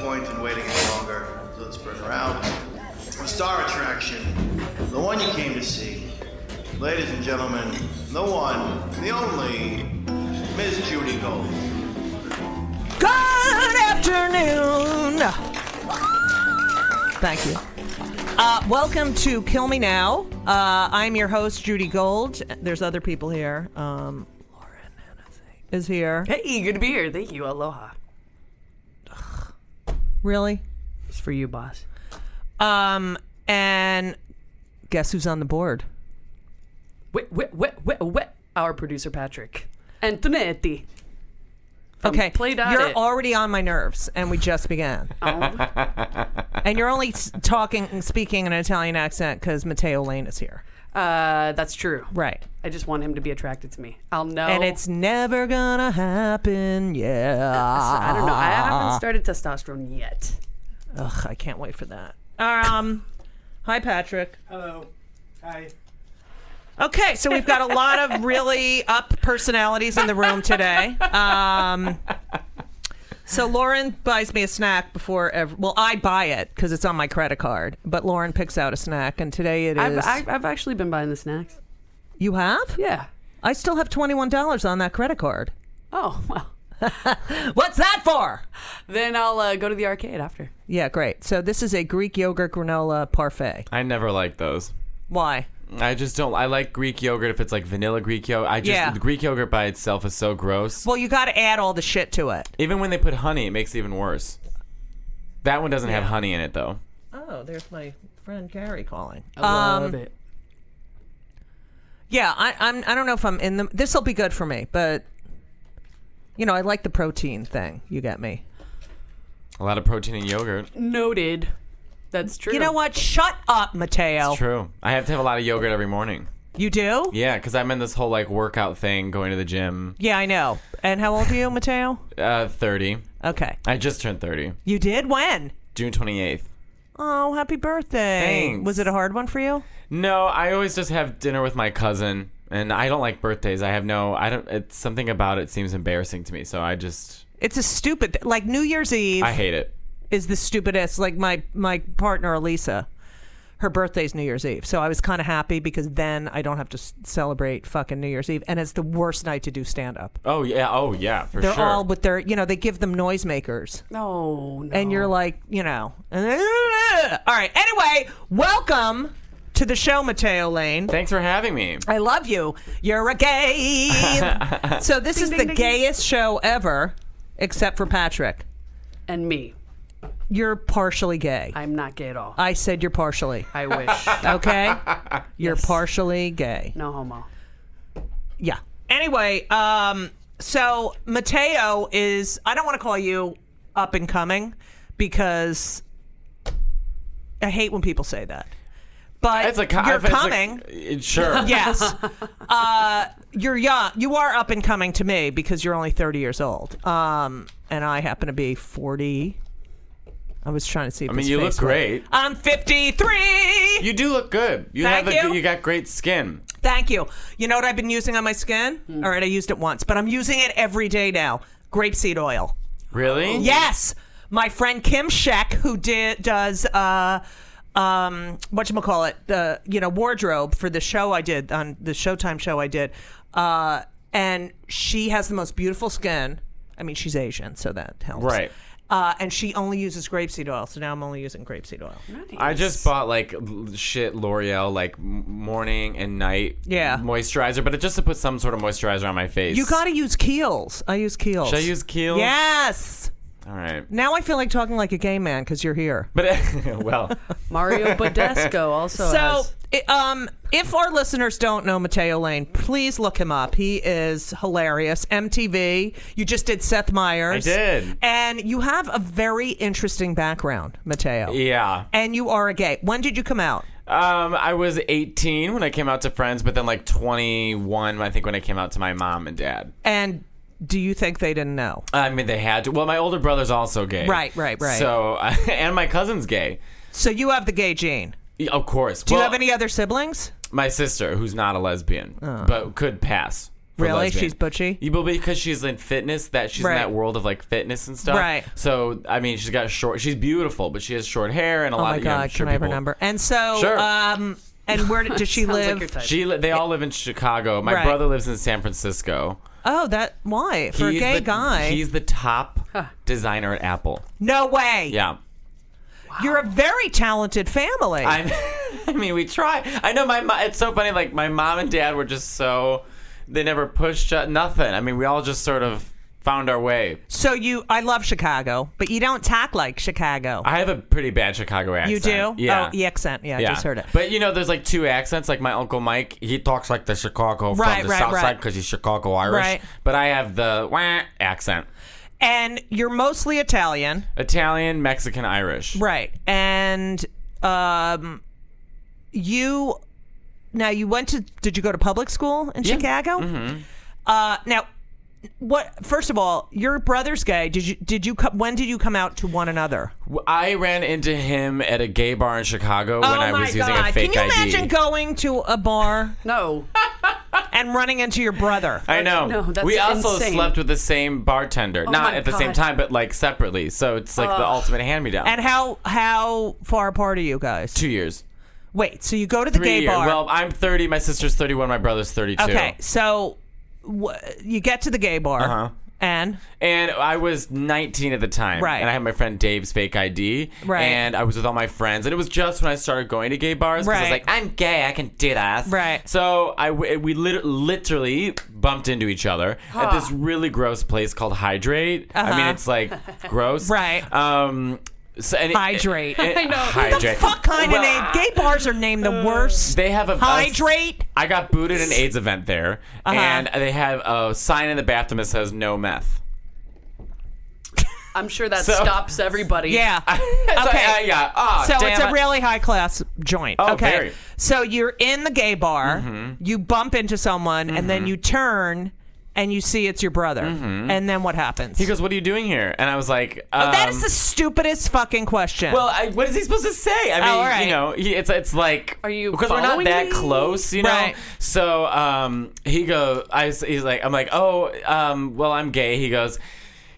point in waiting any longer, so let's bring her out. The star attraction, the one you came to see. Ladies and gentlemen, the one, the only, Miss Judy Gold. Good afternoon. Thank you. Uh, welcome to Kill Me Now. Uh, I'm your host, Judy Gold. There's other people here. Um, Lauren is here. Hey, good to be here. Thank you. Aloha. Really? It's for you, boss. Um, and guess who's on the board? Wait, wait, wait, wait, wait. Our producer, Patrick. Antonetti. From Okay, Play Dot you're Um, It. already on my nerves, and we just began. Oh, and you're only s- talking, and speaking in an Italian accent because Matteo Lane is here, uh, that's true. right? I just want him to be attracted to me. I'll know. And it's never gonna happen. Yeah, I don't know. I Ah. haven't started testosterone yet. Ugh, I can't wait for that. Um, hi, Patrick. Hello. Hi. Okay, so we've got a lot of really up personalities in the room today. Um, so Lauren buys me a snack before every. Well, I buy it because it's on my credit card, but Lauren picks out a snack, and today it I've, is. I've, I've actually been buying the snacks. you have? Yeah. I still have twenty one dollars on that credit card. Oh, well. What's that for? Then I'll uh, go to the arcade after. Yeah, great. So this is a Greek yogurt granola parfait. I never like those. Why? I just don't. I like Greek yogurt if it's like vanilla Greek yogurt. I just Yeah. the Greek yogurt by itself is so gross. Well, you got to add all the shit to it. even when they put honey, it makes it even worse. That one doesn't have honey in it though. Oh, there's my friend Gary calling. Love it. Um, Yeah, I, I'm. I don't know if I'm in the. This will be good for me, but you know, I like the protein thing. You get me. A lot of protein in yogurt. Noted. That's true. You know what? Shut up, Mateo. True. I have to have a lot of yogurt every morning. You do? Yeah, because I'm in this whole like workout thing, going to the gym. Yeah, I know. And how old are you, Mateo? Uh, thirty. Okay, I just turned thirty. you did when? June twenty eighth. Oh, happy birthday! Thanks. Was it a hard one for you? No, I always just have dinner with my cousin, and I don't like birthdays. I have no, I don't. It's something about it seems embarrassing to me, so I just It's a stupid. Like New Year's Eve I hate it. is the stupidest. Like my my partner Elisa, her birthday's New Year's Eve, so I was kind of happy because then I don't have to s- celebrate fucking New Year's Eve, and it's the worst night to do stand up. Oh yeah, oh yeah, for They're sure. all with their, you know, they give them noisemakers. No, no. And you're like, you know. All right. Anyway, welcome to the show, Mateo Lane. Thanks for having me. I love you. You're a gay. so this is the gayest show ever, except for Patrick. And me. You're partially gay. I'm not gay at all. I said you're partially. I wish. Okay? You're partially gay. no homo. Yeah. Anyway, um, so Mateo is, I don't want to call you up and coming because I hate when people say that. But It's a co- you're it's a- coming. it- sure. yes. Uh, you're young. You are up and coming to me because you're only 30 years old. Um, and I happen to be 40. I was trying to see if I mean, his you look face great. I'm 53. You do look good. You Thank have a, you. good- you got great skin. Thank you. You know what I've been using on my skin? Hmm. All right, I used it once, but I'm using it every day now. Grapeseed oil. Really? Yes. My friend Kim Sheck, who did does uh um whatchamacallit, the you know, wardrobe for the show I did on the Showtime show I did. Uh and she has the most beautiful skin. I mean she's Asian, so that helps. Right. Uh, and she only uses grapeseed oil, so now I'm only using grapeseed oil. I just bought like l- shit L'Oreal like m- morning and night Yeah. moisturizer, but it just to put some sort of moisturizer on my face. You gotta use Kiehl's. I use Kiehl's. Should I use Kiehl's? Yes. All right. Now I feel like talking like a gay man because you're here. But well, Mario Badesco also So, has. i- um, if our listeners don't know Mateo Lane, please look him up. He is hilarious. MTV. You just did Seth Meyers. I did. And you have a very interesting background, Mateo. yeah. And you are a gay. When did you come out? Um, I was 18 when I came out to friends, but then like 21, I think, when I came out to my mom and dad. And do you think they didn't know? I mean, they had to. Well, my older brother's also gay. Right, right, right. So, and my cousin's gay. So you have the gay gene. Yeah, Of course. Do you have any other siblings? My sister, who's not a lesbian, but could pass for Oh. Really? lesbian. She's butchy? Yeah, but because she's in fitness, that she's Right. in that world of like fitness and stuff. Right. So I mean, she's got short. She's beautiful, but she has short hair and a Oh lot my of. You know, god, I'm sure can I have her people- number? And so, Sure. um, and where does she Sounds like live? your type. She. li- They all live in Chicago. My Right. brother lives in San Francisco. oh, that why for a He's gay the- guy? He's the top designer at Apple. no way. Yeah. You're a very talented family. I, I mean, we try. I know my. mo- It's so funny. Like my mom and dad were just so. They never pushed uh, nothing. I mean, we all just sort of found our way. so you, I love Chicago, but you don't talk like Chicago. I have a pretty bad Chicago accent. you do? Yeah. Oh, the accent. Yeah, I just heard it. But you know, there's like two accents. Like my uncle Mike, he talks like the Chicago Right, from the right, South right. Side because he's Chicago Irish. Right. But I have the wah accent, and you're mostly Italian, Italian, Mexican, Irish. right? And um, you now you went to did you go to public school in Chicago? Mm-hmm. Uh, now. What? First of all, your brother's gay. Did you? Did you? co- When did you come out to one another? I ran into him at a gay bar in Chicago when oh I my was God! using a Can fake you ID. imagine going to a bar No. and running into your brother? I know. no, that's we also insane. Oh slept with the same bartender, not my at the same God. time, but like separately. So it's like the ultimate hand me down. And how how far apart are you guys? two years, Wait, so you go to the three gay years. bar? Well, I'm 30, my sister's 31, my brother's 32. okay, so w- you get to the gay bar, Uh-huh. and And I was 19 at the time. Right. And I had my friend Dave's fake ID. Right. And I was with all my friends. And it was just when I started going to gay bars. 'cause I was Right. like, I'm gay. I can do that. Right. So I, w- we lit- literally bumped into each other at this really gross place called Hydrate. I mean, Uh-huh. it's like gross. Right. Um, so, and it- Hydrate. it- I know. Hydrate. fuck kind Well, uh, of name. Gay bars are named the worst. They have a a- Hydrate? Uh-huh. I got booted at an AIDS event there, and they have a sign in the bathroom that says "No meth." I'm sure that So- stops everybody. yeah. So, okay. uh, yeah. Ah, So damn it's a it. really high class joint. Oh, okay. very. Mm-hmm. So you're in the gay bar, you bump into someone, and then you turn and you see it's your brother. And then what happens? Mm-hmm. He goes, "What are you doing here?" And I was like, oh, that um, is the stupidest fucking question. Well, I, what is he supposed to say? I mean, all right. you know, he, it's it's like Are you because we're not following that me? close, you know. Right. So um, he goes, I s- he's like, I'm like, oh, um, well, I'm gay. He goes.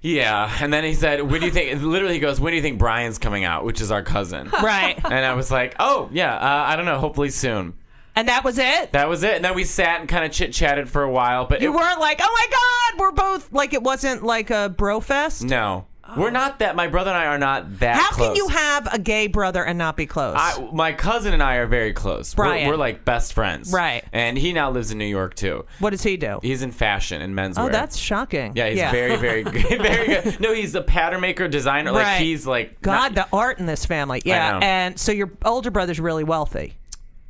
Yeah, and then he said, "When do you think?" Literally, he goes, "When do you think Brian's coming out?" Which is our cousin, right. And I was like, "Oh yeah, uh, I don't know. Hopefully soon." and that was it? That was it. And then we sat and kind of chit chatted for a while, but you it, weren't like, oh my God, we're both, like, it wasn't like a bro fest? no, we're not that. My brother and I are not that. How close. can you have a gay brother and not be close? I, my cousin and I are very close. We're- Brian. We're, like best friends. Right. And he now lives in New York too. what does he do? He's in fashion and menswear. oh, that's shocking. yeah. He's very, very good. very good. No, he's a pattern maker, designer. Like Right. he's like God, not- the art in this family. Yeah. know. And so your older brother's really wealthy.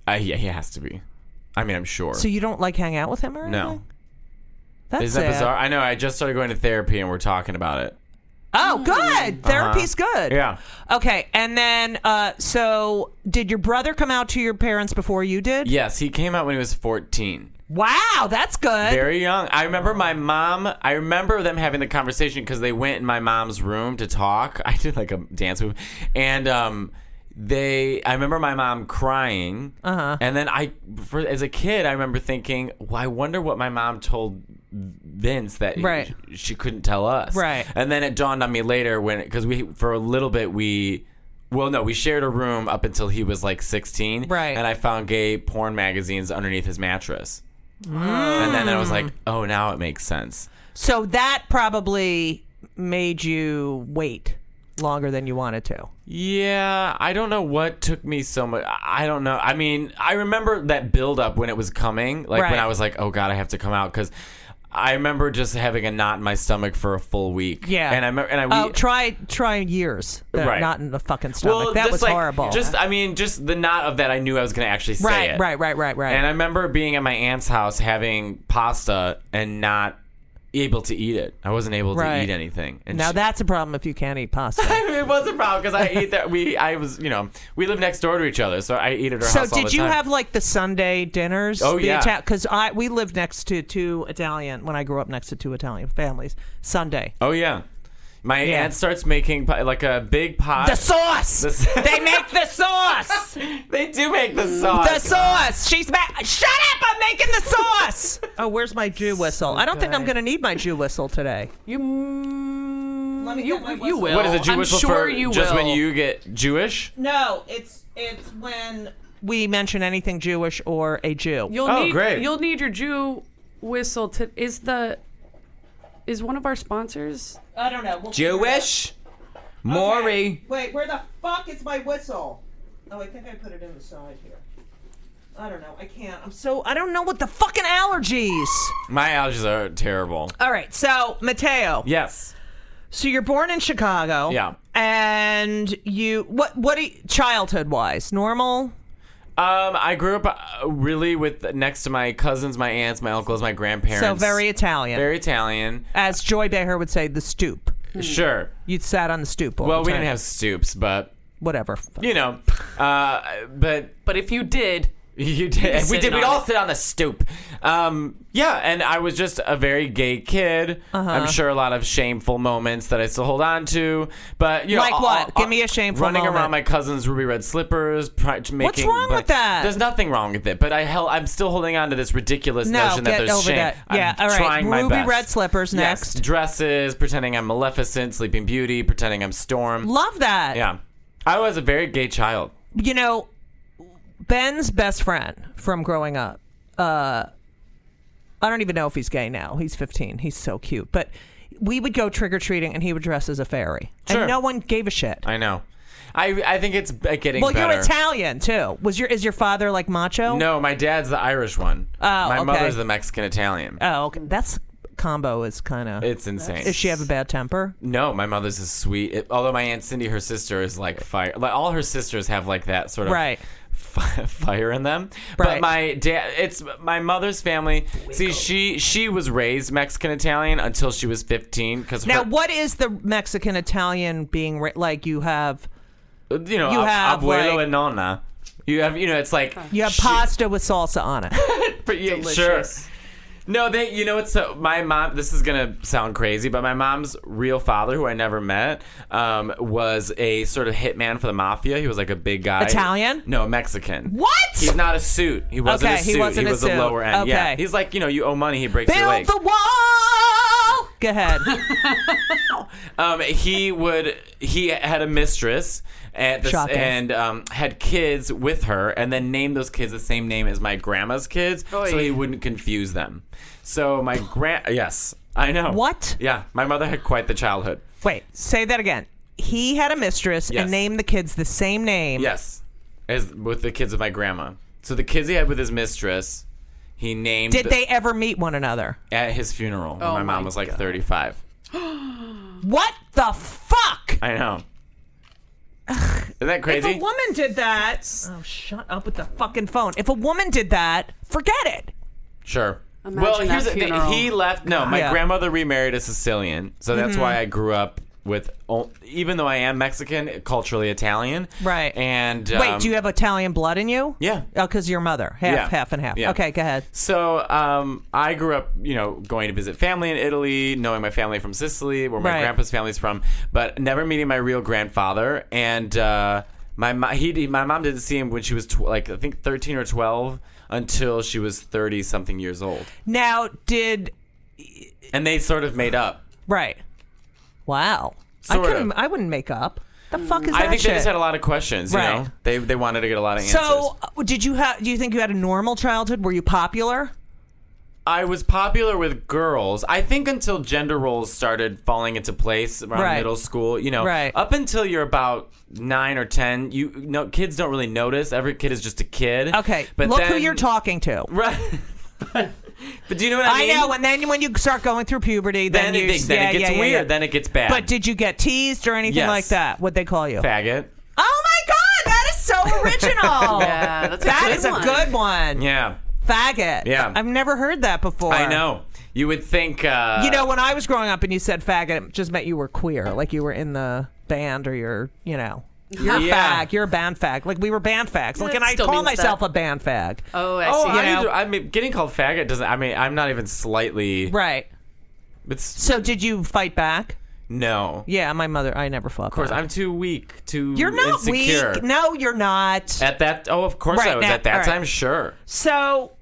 Uh, yeah, he has to be. I mean, I'm sure. So you don't like hang out with him or anything? no, That's isn't that sad. bizarre? I know. I just started going to therapy, and we're talking about it. Oh, good. Therapy's good. Mm. Uh-huh. Yeah. Okay. And then, uh, so did your brother come out to your parents before you did? Yes, he came out when he was 14. Wow, that's good. Very young. I remember my mom. I remember them having the conversation because they went in my mom's room to talk. I did like a dance move, and um, they. I remember my mom crying. Uh Uh-huh. huh. And then I, for, as a kid, I remember thinking, "Well, I wonder what my mom told Vince that Right. sh- she couldn't tell us." Right. And then it dawned on me later when because we for a little bit we. Well, no, we shared a room up until he was like 16. Right. And I found gay porn magazines underneath his mattress. And then I was like, oh, now it makes sense. so that probably made you wait longer than you wanted to. Yeah, I don't know what took me so much. I I don't know. I mean, I remember that buildup when it was coming, like Right. when I was like, oh, God, I have to come out. Because I remember just having a knot in my stomach for a full week. Yeah. And I remember, and I, Oh, we- try try years. They're Right. Not in the fucking stomach. that just was like- horrible. Just, I mean, just the knot of that, I knew I was going to actually say right, it. right, right, right, right. And I remember being at my aunt's house having pasta and not able to eat it. I wasn't able Right. to eat anything. And now she- that's a problem if you can't eat pasta. I mean, it was a problem because I ate that. We, I was, you know, we live next door to each other, so I eat at her So house all did the you time. have like the Sunday dinners? Oh, the yeah. Because I we lived next to two Italian when I grew up next to two Italian families. Sunday. Oh yeah, My Yeah. aunt starts making pi- like a big pot. The sauce. The sa- they make the sauce. they do make the sauce. The sauce. She's back. Shut up! I'm making the sauce. oh, where's my Jew whistle? I don't think I'm good. gonna need my Jew whistle today. You. Let me you, get my you whistle. will. What is it? Jew I'm whistle sure for you just will. when you get Jewish? No, it's it's when we mention anything Jewish or a Jew. You'll Oh, need, great. You'll need your Jew whistle to. Is the. Is one of our sponsors? I don't know. We'll Jewish? Maury. Wait, where the fuck is my whistle? Oh, I think I put it in the side here. I don't know. I can't. I'm so I don't know what the fucking allergies. My allergies are terrible. All right, so Mateo. Yes. So you're born in Chicago. Yeah. And you what what do you, childhood wise? Normal? Um, I grew up uh, really with next to my cousins, my aunts, my uncles, my grandparents. So very Italian. very Italian. As Joy Behar would say, the stoop. Sure. You sat on the stoop all Well, the we time. didn't have stoops, but whatever. you know, uh, but But if you did, You did. We sitting did. We'd on all it. sit on the stoop. Um, yeah, and I was just a very gay kid. Uh-huh. I'm sure a lot of shameful moments that I still hold on to. But you know, Like all- what? all- Give me a shameful Running moment. around my cousin's ruby red slippers. Pri- making, wrong with but- that? There's nothing wrong with it. But I hel- I'm still holding on to this ridiculous No, notion that get there's over shame. that. Yeah, I'm all right. Trying my Ruby best. red slippers Yes, next. Dresses. Pretending I'm Maleficent. Sleeping Beauty. Pretending I'm Storm. Love that. yeah, I was a very gay child. you know, Ben's best friend from growing up. Uh, I don't even know if he's gay now. He's 15. He's so cute. But we would go trick or treating, and he would dress as a fairy, Sure. and no one gave a shit. I know. I I think it's uh, getting well, better. you're Italian too. Was your is your father like macho? No, my dad's the Irish one. Oh, my okay. mother's the Mexican Italian. Oh, okay. that's combo is kind of. it's insane. Does she have a bad temper? no, my mother's is sweet. It- although my aunt Cindy, her sister, is like fire. Like all her sisters have like that sort of Right. fi- fire in them. Right. But my dad, it's my mother's family. See, she she was raised Mexican Italian until she was fifteen because Now, what is the Mexican Italian being ri- like? You have you know you ab- have, abuelo like- and nonna. You have you know it's like you have she- pasta with salsa on it. but yeah, sure. delicious. No, they. You know what's so? My mom. This is gonna sound crazy, but my mom's real father, who I never met, um, was a sort of hitman for the mafia. He was like a big guy. Italian? No, Mexican. What? He's not a suit. He wasn't Okay, a he suit. He, wasn't a was suit. a lower end. Yeah. Okay. He's like, you know, you owe money, he breaks your Build leg. the wall. Go ahead. Um, he would. He had a mistress at the, Shocking. and um, had kids with her, and then named those kids the same name as my grandma's kids, so Oy. he wouldn't confuse them. So my grand. Yes, I know. What? Yeah, my mother had quite the childhood. Wait, say that again. He had a mistress Yes. and named the kids the same name. Yes, as with the kids of my grandma. So the kids he had with his mistress, he named Did they Oh ever meet one another? at his funeral. when my my mom was like 35. What the fuck? I know. Isn't that If crazy? a woman did that. Oh, shut up with the fucking phone. If a woman did that, forget it. Sure. Imagine well, that here's the thing. funeral. He left. No, my Yeah. grandmother remarried a Sicilian, so that's Mm-hmm. why I grew up with. o- Even though I am Mexican, culturally Italian. Right. And Wait, um, do you have Italian blood in you? Yeah. Oh, because your mother. Half, Yeah. half, and half. Yeah. Okay, go ahead. So um, I grew up, you know, going to visit family in Italy, knowing my family from Sicily, where my Right. grandpa's family's from, but never meeting my real grandfather. And uh, my mo- he, he- my mom didn't see him when she was tw- like I think thirteen or twelve until she was thirty something years old, Now, did. and they sort of made up. Right. Wow. I Sort couldn't. of. I wouldn't make up. The fuck is that I think shit? they just had a lot of questions. You Right. know, they they wanted to get a lot of answers. so, uh, did you have? Do you think you had a normal childhood? Were you popular? I was popular with girls. I think until gender roles started falling into place around Right. middle school. You know, Right. up until you're about nine or ten, you no kids don't really notice. Every kid is just a kid. Okay, look who then- you're talking to. Right. but do you know what I I mean? know, and then when you start going through puberty, then, then, you, it, then yeah, it gets yeah, yeah, weird. yeah. Then it gets bad. but did you get teased or anything Yes. like that? What they call you? faggot. Oh my god, that is so original. Yeah, that's a That good is a one. good one. Yeah, Faggot. Yeah. I've never heard that before. I know. You would think. Uh, You know, when I was growing up and you said faggot, it just meant you were queer, like you were in the band or you're, you know. You're a Yeah. fag. You're a band fag. Like we were band fags. Like, That and I still call means myself that. a band fag. Oh, I Oh, see. I, know. either- I mean, getting called faggot doesn't. I mean, I'm not even slightly. Right. It's So did you fight back? No. Of Yeah, my mother. I never fuck. Of course, I'm too weak. Too You're not insecure. weak. No, you're not. At that, oh, of course Right I was. now- At that all right. time, sure, So,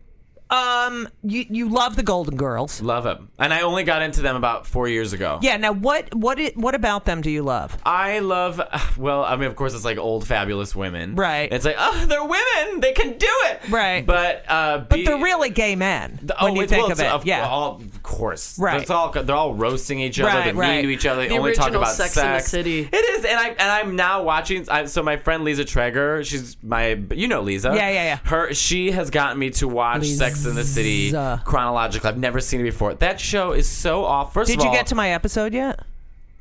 um, you you love the Golden Girls. love him. And I only got into them about four years ago. Yeah. Now, what what i- what about them do you love? I love. Well, I mean, of course, it's like old fabulous women, Right. It's like, oh, they're women; they can do it, Right. But uh, But they're really gay men The- when oh, you it- think well, of it. it's- yeah. all- of course. Right. It's all they're all roasting each other. Right, they're right. mean to each other. They The only talk original about Sex sex. and the City. It is, and I and I'm now watching. I, so my friend Lisa Traeger, she's my you know Lisa. Yeah, yeah, yeah. Her she has gotten me to watch Sex and the City Lisa. chronologically. I've never seen it before. That show is so off. First Did of you all, get to my episode yet?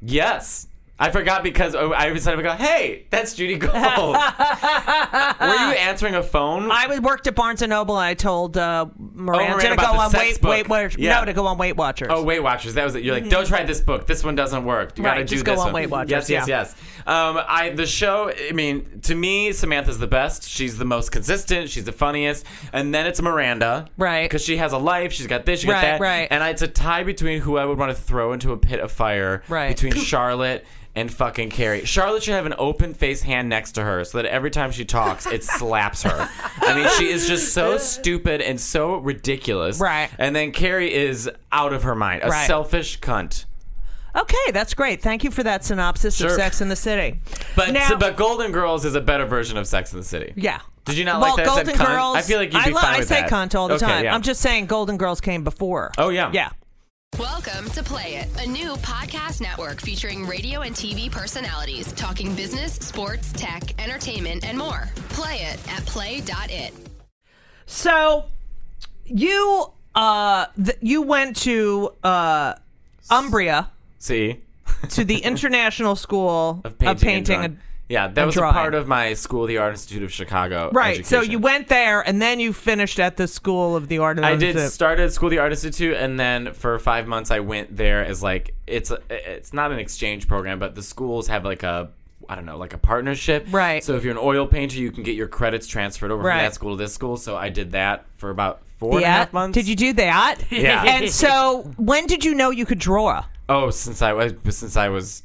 Yes. I forgot because I I decided to go, hey, that's Judy Gold. Were you answering a phone? I was worked at Barnes and Noble. and I told uh, Miranda, Oh, Miranda to go about the on sex Wait book. Wait Watchers. Yeah. No, to go on Weight Watchers. Oh, Weight Watchers. That was it. You're like, don't try this book. This one doesn't work. You gotta Right, do just go this on one. Weight Watchers, Yes, yes, yeah. yes. Um, I the show. I mean, to me, Samantha's the best. She's the most consistent. She's the funniest. And then it's Miranda, Right. Because she has a life. She's got this. She got Right, that. right. And it's a tie between who I would want to throw into a pit of fire. Right. Between Charlotte. And fucking Carrie. Charlotte should have an open face hand next to her so that every time she talks, it slaps her. I mean, she is just so stupid and so ridiculous. Right. And then Carrie is out of her mind, a Right. selfish cunt. Okay, that's great. Thank you for that synopsis of Sure. Sex in the City. But Now- but Golden Girls is a better version of Sex in the City. Yeah. Did you not well, like that? I said Golden cunt? Girls. I feel like you'd be I, lo- fine I with say that. cunt all the Okay, time. yeah. I'm just saying Golden Girls came before. Oh, yeah. Yeah. Welcome to Play It, a new podcast network featuring radio and TV personalities talking business, sports, tech, entertainment, and more. Play it at play.it. So you uh th- you went to uh Umbria See, to the International School of painting. and Painting drawing. and- yeah, that was a drawing. part of my school, the Art Institute of Chicago. Right. So education. you went there and then you finished at the School of the Art of I did the- start at School of the Art Institute, and then for five months I went there as like it's a, it's not an exchange program, but the schools have like a I don't know like a partnership. Right. So if you're an oil painter, you can get your credits transferred over Right. from that school to this school. So I did that for about four and a half yeah. months. Did you do that? Yeah. And so when did you know you could draw? Oh, since I was since I was,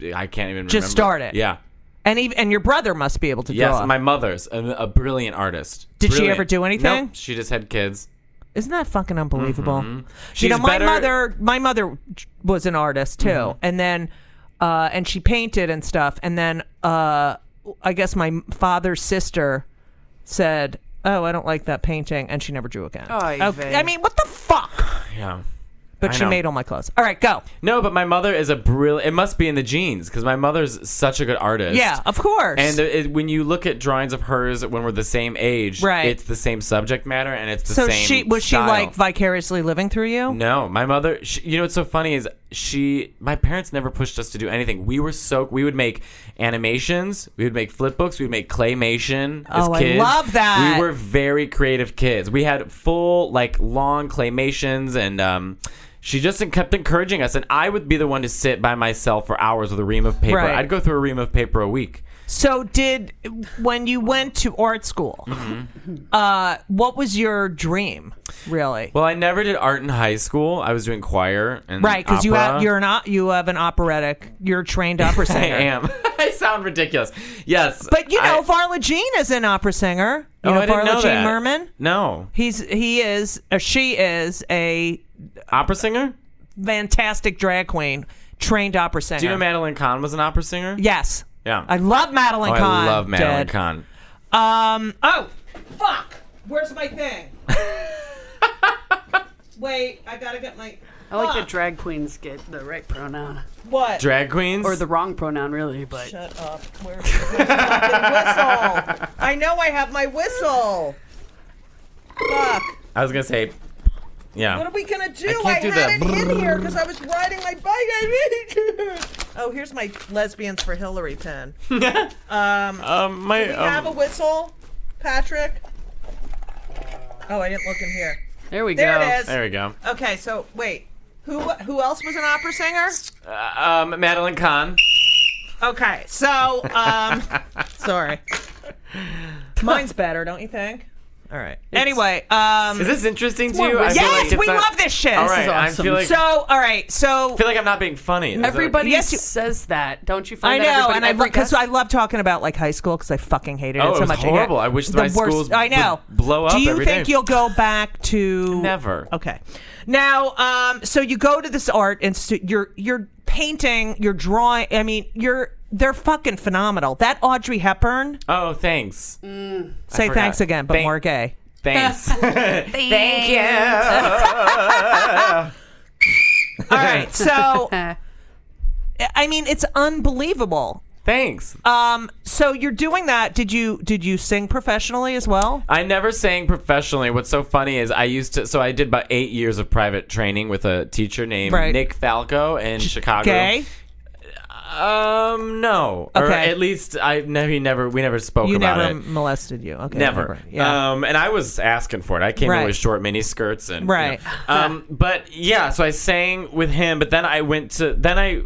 I can't even remember. Just start it. Yeah. And even, and your brother must be able to Yes, draw. my mother's a, a brilliant artist. Did she Brilliant. ever do anything? Nope, she just had kids. Isn't that fucking unbelievable? Mm-hmm. She's you know, my better- mother, Mm-hmm. my mother was an artist too, and then, uh, and she painted and stuff, and then, uh, I guess my father's sister said, "Oh, I don't like that painting," and she never drew again. Oy vey. I mean, what the fuck? Yeah. But I she know. made all my clothes. All right, go. No, but my mother is a brilliant. It must be in the genes because my mother's such a good artist. Yeah, of course. And the- it, when you look at drawings of hers when we're the same age, Right. it's the same subject matter and it's the so same. she was style. she like vicariously living through you? No, my mother. She, you know what's so funny is she. My parents never pushed us to do anything. We were so. We would make animations. We would make flip books. We would make claymation. as Oh, I kids. love that. We were very creative kids. We had full like long claymations and. um she just kept encouraging us, and I would be the one to sit by myself for hours with a ream of paper. Right. I'd go through a ream of paper a week. So did when you went to art school, uh, what was your dream really? Mm-hmm. Well, I never did art in high school. I was doing choir and Right, because you opera. have you're not you have an operatic you're a trained opera I singer. am. I sound ridiculous. Yes, But you know, I- Varla Jean is an opera singer. You Oh, know I didn't Varla know Jean that. Merman? No. He's he is or she is a Opera singer? fantastic drag queen, trained opera singer. Do you know Madeline Kahn was an opera singer? Yes. Yeah. I love Madeline Oh, Kahn. I love Madeline Dad. Kahn. Um oh fuck. Where's my thing? Wait, I gotta get my I like that drag queens get the right pronoun what? Drag queens? or the wrong pronoun, really. But Shut up. Where's my fucking whistle? I know I have my whistle. Fuck. I was gonna say, What yeah. are we gonna do? I I, can't do had the it in here because I was riding my bike. I mean, oh, here's my lesbians for Hillary pin. Do Um, my you um, have a whistle, Patrick? Oh, I didn't look in here. there we There go. it is. there we go. Okay, so wait, who who else was an opera singer? Um, Madeline Kahn. Okay, so um, sorry, mine's better, don't you think? All right. anyway, um, Is this interesting to more you? I feel wisdom. Yes, it's we love this shit. All This right, is I awesome. feel like so all right, so I feel like I'm not being funny. Is that- Everybody Yes, you- says that, don't you I find? that know, everybody- and I every love because guest- I love talking about like high school because I fucking hated Oh, it it so was much. horrible. I, I got- wish the my schools worst- I know. would blow up Do you every think day. you'll go back to Never. Okay. Now, um, so you go to this art institute. You're you're painting. You're drawing. I mean, you're they're fucking phenomenal. That Audrey Hepburn. oh, thanks. say forgot. thanks again, but Thank- more gay. Thanks. Thank you. All right. So, I mean, it's unbelievable. thanks. Um, so you're doing that. Did you did you sing professionally as well? I never sang professionally. What's so funny is I used to. So I did about eight years of private training with a teacher named Right. Nick Falco in Chicago. Gay. Um, no. Or Okay. at least I never. He never. We never spoke You about never it. molested you. Okay. Never. Yeah. Um, and I was asking for it. I came Right. in with short mini skirts and you Right. know. um, but yeah, so I sang with him. But then I went to. Then I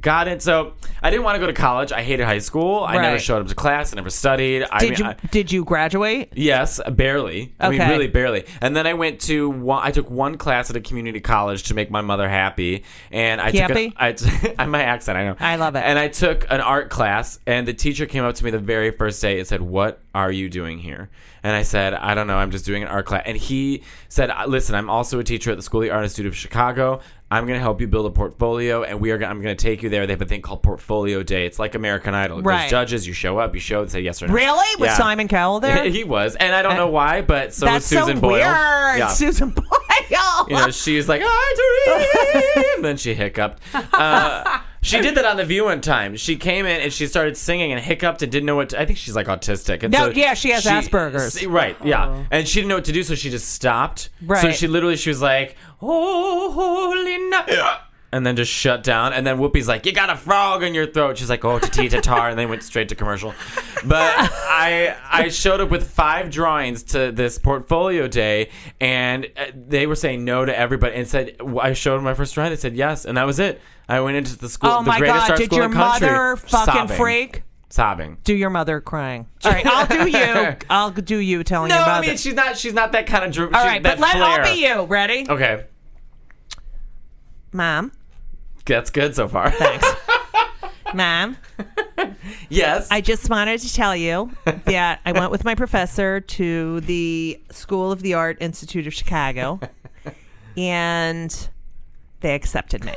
got in. So I didn't want to go to college. I hated high school. I never Right. showed up to class. I never studied. I did mean, you I- did you graduate? Yes, barely. I mean, Okay. really barely. And then I went to one, I took one class at a community college to make my mother happy, and I Yappy? took a, I t- my accent. I know. I love it. And I took an art class, and the teacher came up to me the very first day and said, "What are you doing here?" And I said, "I don't know. I'm just doing an art class." And he said, "Uh, "Listen, I'm also a teacher at the School of the Art Institute of Chicago." I'm gonna help you build a portfolio, and we are. Gonna, I'm gonna take you there. They have a thing called Portfolio Day. It's like American Idol. There's Right. judges. You show up. You show. They say yes or no. Really? Was Yeah. Simon Cowell there? he was, and I don't know why, but so Uh, That's was Susan so Boyle. weird. Yeah. Susan Boyle. you know, she's like, I dream, then she hiccuped. Uh, she did that on the View one time. She came in and she started singing and hiccuped and didn't know what. To, I think she's like autistic. And No, so yeah, she has Asperger's. Oh. s- Right? Yeah, and she didn't know what to do, so she just stopped. So Right. she literally she was like, Oh, holy night. And then just shut down. And then Whoopi's like, "You got a frog in your throat." She's like, "Oh, tati tatar," and then went straight to commercial. But I I showed up with five drawings to this portfolio day, and uh, they were saying no to everybody. And said I showed my first drawing. They said yes, and that was it. I went into the school. oh the my greatest god! art Did school your in the country, mother fucking sobbing, freak? Sobbing. Do your mother crying? All right, I'll do you. I'll do you telling No, your I mother. mean she's not. She's not that kind of. Dr- All she- right, that but let flair. I'll be you. Ready, Okay, mom? that's good so far. Mom, yes. I just wanted to tell you that I went with my professor to the School of the Art Institute of Chicago, and they accepted me.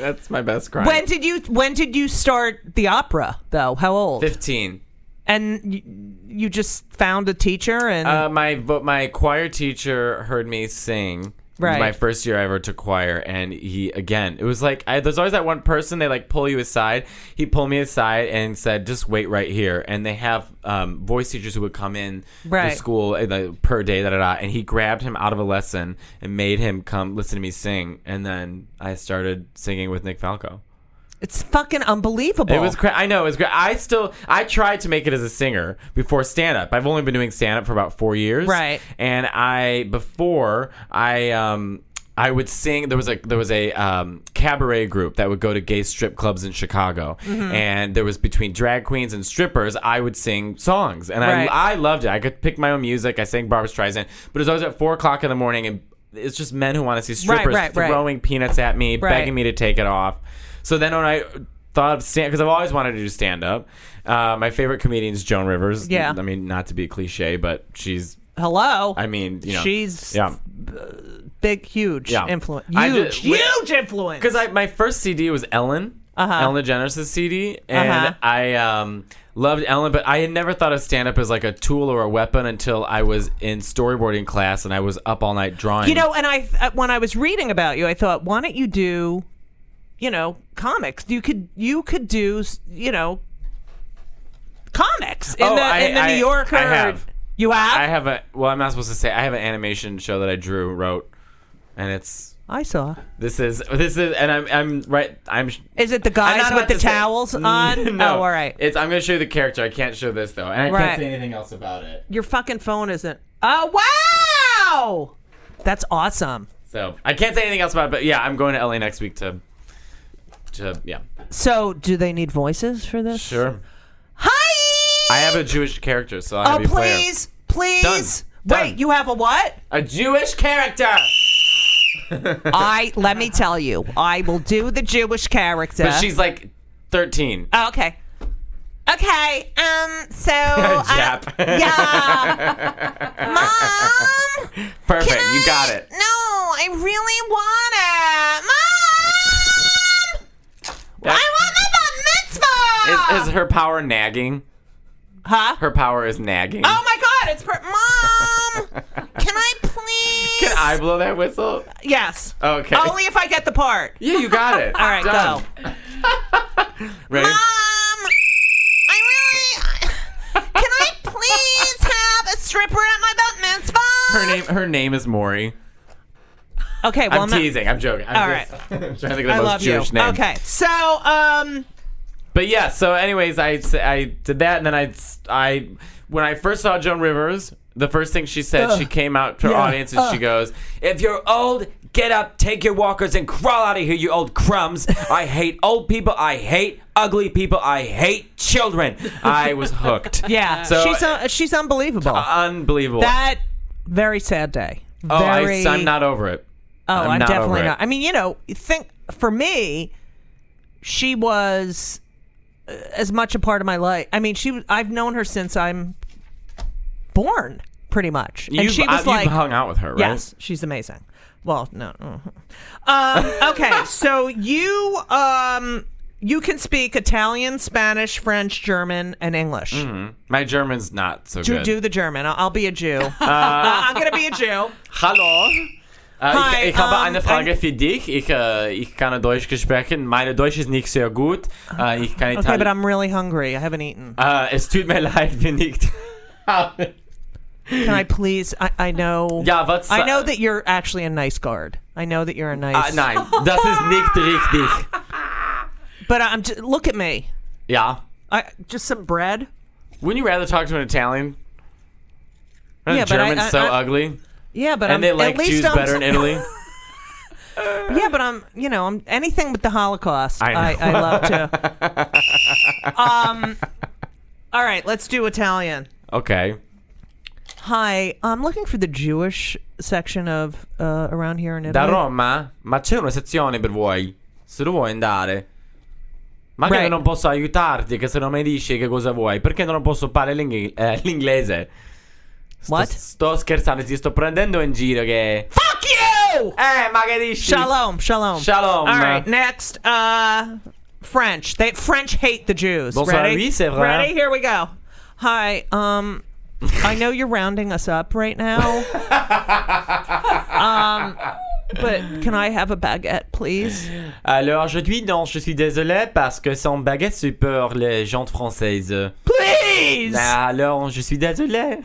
That's my best crime. When did you When did you start the opera though? How old? Fifteen. And you, you just found a teacher and Uh, my vo- my choir teacher heard me sing. Right. My first year I ever took choir, and he again, it was like I, there's always that one person they like pull you aside. He pulled me aside and said, "Just wait right here." And they have um, voice teachers who would come in Right. the school uh, the, per day, da da da. And he grabbed him out of a lesson and made him come listen to me sing, and then I started singing with Nick Falco. it's fucking unbelievable. It was cra- I know it was great. I still I tried to make it as a singer before stand up. I've only been doing stand up for about 4 years. Right. And I before I um I would sing. There was a there was a um, cabaret group that would go to gay strip clubs in Chicago, Mm-hmm. and there was between drag queens and strippers. I would sing songs, and Right. I I loved it. I could pick my own music. I sang Barbra Streisand, but it was always at four o'clock in the morning, and it's just men who want to see strippers right, right. throwing peanuts at me, Right. begging me to take it off. So then when I thought of stand, because I've always wanted to do stand up. Uh, my favorite comedian is Joan Rivers. Yeah. I mean, not to be cliche, but she's. Hello. I mean, you know, She's yeah. big, huge Yeah. influence. I ju- Huge, wi- huge influence. Because I my first CD was Ellen, Ellen DeGeneres' CD, and Uh-huh. I um, loved Ellen, but I had never thought of stand up as like a tool or a weapon until I was in storyboarding class and I was up all night drawing. you know, and I uh, when I was reading about you, I thought, why don't you do, you know, comics? You could you could do s- you know, comics in Oh, the I- in the I- New Yorker. I have. You have. I have a well, I'm not supposed to say. I have an animation show that I drew, wrote, and it's I saw. this is this is, and I'm I'm right. I'm. Is it the I'm guys not with allowed the to say- Mm, towels on? No, Oh, all right. It's I'm gonna show you the character. I can't show this though, and I Right. can't say anything else about it. Your fucking phone isn't. Oh wow, that's awesome. So I can't say anything else about it. But yeah, I'm going to LA next week to to yeah. So, do they need voices for this? Sure. Hi. I have a Jewish character, so I'll Oh, be a player. please, please. Done. Wait, Done. you have a what? A Jewish character. I let me tell you, I will do the Jewish character. But she's like 13. Oh, okay. Okay. Um. So. uh, Jap. yeah. Mom. Perfect. can you got I- it. No, I really want it. Mom. I want the bat mitzvah. Is, is her power nagging? huh? Her power is nagging. oh my God! It's per- mom. can I please? Can I blow that whistle? Yes. Okay. Only if I get the part. Yeah, you got it. All right, Done. Ready? Um, I really. Can I please have a stripper at my bat mitzvah? Her name. Her name is Maury. Okay, well, I'm teasing. I'm joking. I'm All just- I'm trying to think of the I most love Jewish you. name. Okay, so um, But yeah, so anyways, I, s- I did that, and then I, s- I- when I first saw Joan Rivers, the first thing she said, she came out to her audience and she goes, "If you're old, get up, take your walkers, and crawl out of here, you old crumbs. I hate old people. I hate ugly people. I hate children." I was hooked. yeah, So- she's uh, she's unbelievable. unbelievable. that very sad day. oh, very, I, am not over it. Oh, I'm I'm, not over definitely it. not. I mean, you know, think for me, she was uh, as much a part of my life. I mean, she. was- I've known her since I'm born, pretty much, and You've- she uh, was you've like, hung out with her, right? Yes, she's amazing. Well, no. mhm. Um, okay, so you um, you can speak Italian, Spanish, French, German, and English. My German's not so Do Mm, good. Uh, do the German. I'll, I'll be a Jew. I'm gonna be a Jew. Hallo. Äh, Hi, ich, ich habe ähm, eine Frage ein- für dich. Ich, äh, ich kann Deutsch sprechen. Meine Deutsch ist nicht sehr gut. Äh, ich kann Uh, Okay, but Italienisch. I'm really hungry. I haven't eaten. Äh, es tut mir leid, wenn nicht. Can I please? I, I know. Ja, was- I know that you're actually a nice guard. I know that you're a Ah, nice. nein, das ist nicht richtig. But I'm. Just, look at me. Ja. I just some bread. Wouldn't you rather talk to an Italian? Aren't Yeah, but I- German's I- so I- ugly. Yeah, but I'm, and they like at least Jews I'm, better in Italy. Yeah, but I'm, you know, I'm anything but the Holocaust. I know. I, I love to. um, all right, let's do Italian. Okay. Hi, I'm looking for the Jewish section of uh, around here in Da Italy. Roma? Ma c'è una sezione per voi. Se lo vuoi andare. Ma che Right. non posso aiutarti, che se non mi dici che cosa vuoi, perché non posso parlare l'ing- eh, l'inglese? What? Sto scherzando, ti sto prendendo in giro che... Fuck you! Eh, ma che dici? Shalom, shalom, Shalom. All right, next, uh, French. They French hate the Jews. Bon Ready? service, c'est vrai. Ready? Here we go. Hi, um, I know you're rounding us up right now. um, but can I have a baguette, please? Alors, aujourd'hui, non, je suis désolé parce que sans baguette, c'est pour les gens françaises. Please. Alors, je suis désolé.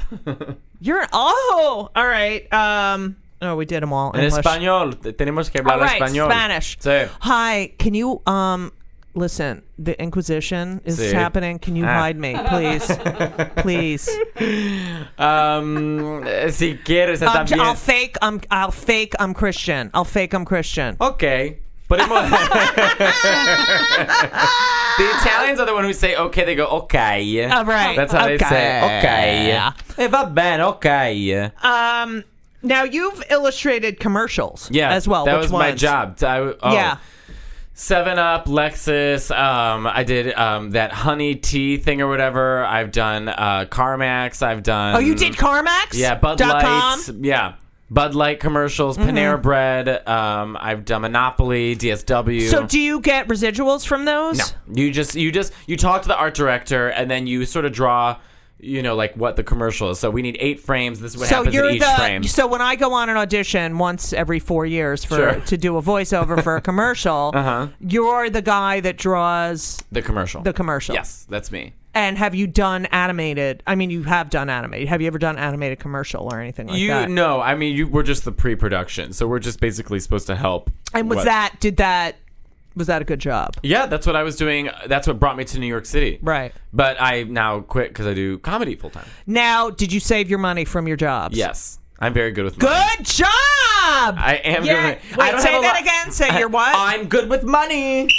You're an, oh, all right. Um, oh, we did them all. En English. español, te- tenemos que All hablar right, español. Spanish. Sí. Hi, can you um listen? The Inquisition is Sí. happening. Can you Ah. hide me, please? please. Um, eh, si quieres, está Um, j- bien. I'll fake. I'm. I'll fake. I'm Christian. I'll fake. I'm Christian. okay. Podemos... the Italians are the one who say okay. They go okay. All Uh, right. That's how they say okay. E va bene, okay. Um. Now you've illustrated commercials. yeah, As well. That Which was my ones? job. I, oh. Yeah. Seven Up, Lexus. Um, I did um, that honey tea thing or whatever. I've done uh, CarMax. I've done. Oh, you did CarMax. Mm. Yeah, Bud dot Light. com? Mm-hmm. Yeah. Bud Light commercials, Panera Bread. Um, I've done Monopoly, DSW. So do you get residuals from those? No, you just you just you talk to the art director and then you sort of draw, you know, like what the commercial is. So we need eight frames. This is what so happens you're in each the frame. so when I go on an audition once every four years for Sure. to do a voiceover for a commercial, uh-huh. you're the guy that draws the commercial. the commercial. Yes, that's me. And have you done animated? I mean, you have done animated. Have you ever done animated commercial or anything like you that? no, I mean you. We're just the pre-production, so we're just basically supposed to help. And was what- that did that was that a good job? Yeah, that's what I was doing. That's what brought me to New York City. Right. But I now quit because I do comedy full time. Now, did you save your money from your jobs? Yes, I'm very good with money. Good job. I am Yeah. good. With, Wait, I don't say have a that lot- again. Say your what? I'm good with money.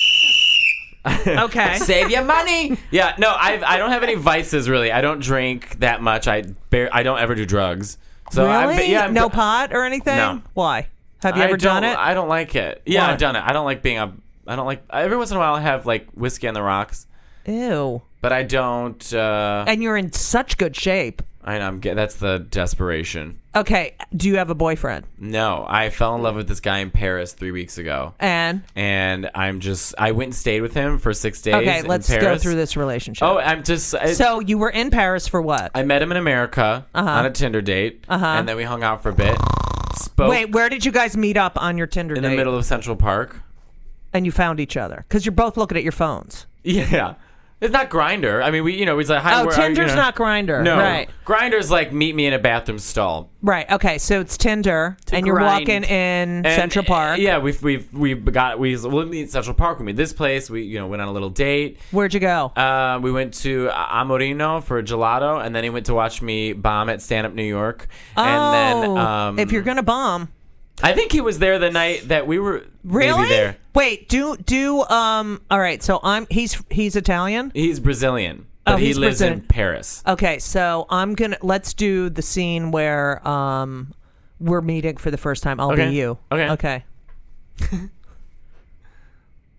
Okay. Save your money. Yeah, no, I I don't have any vices really. I don't drink that much. I bar- I don't ever do drugs. So I'm, really? but yeah, I'm, no pot or anything? No. Why? Have you I ever don't- done it? I don't like it. Yeah, Why? I've done it. I don't like being a. I don't like. Every once in a while, I have like whiskey on the rocks, Ew. but I don't. Uh, And you're in such good shape. I know. I'm get, that's the desperation. Okay. Do you have a boyfriend? No, I fell in love with this guy in Paris three weeks ago. And and I'm just I went and stayed with him for six days. okay, in let's go Paris. through this relationship. Oh, I'm just I, so you were in Paris for what? I met him in America Uh-huh. on a Tinder date, and then we hung out for a bit. Spoke Wait, where did you guys meet up on your Tinder in date? the middle of Central Park. and you found each other because you're both looking at your phones. Yeah, it's not Grinder. I mean, we you know it's like hi. Oh, where are you? Tinder's You know. not Grinder. No, Right. Grinder's like meet me in a bathroom stall. Right. Okay. So it's Tinder, and you're grind. walking in And, eh, Central Park. Yeah, we we we got we we'll meet Central Park. We meet this place. We you know went on a little date. Where'd you go? Uh, we went to Amorino for a gelato, and then he went to watch me bomb at Stand Up New York. and then, Oh, um, if you're gonna bomb, I think he was there the night that we were really? maybe there. Wait. Do do um. All right. So I'm. He's he's Italian. He's Brazilian, but Oh, he he's lives in Brazilian. Paris. Okay. So I'm gonna let's do the scene where um we're meeting for the first time. I'll Okay. be you. Okay. Okay.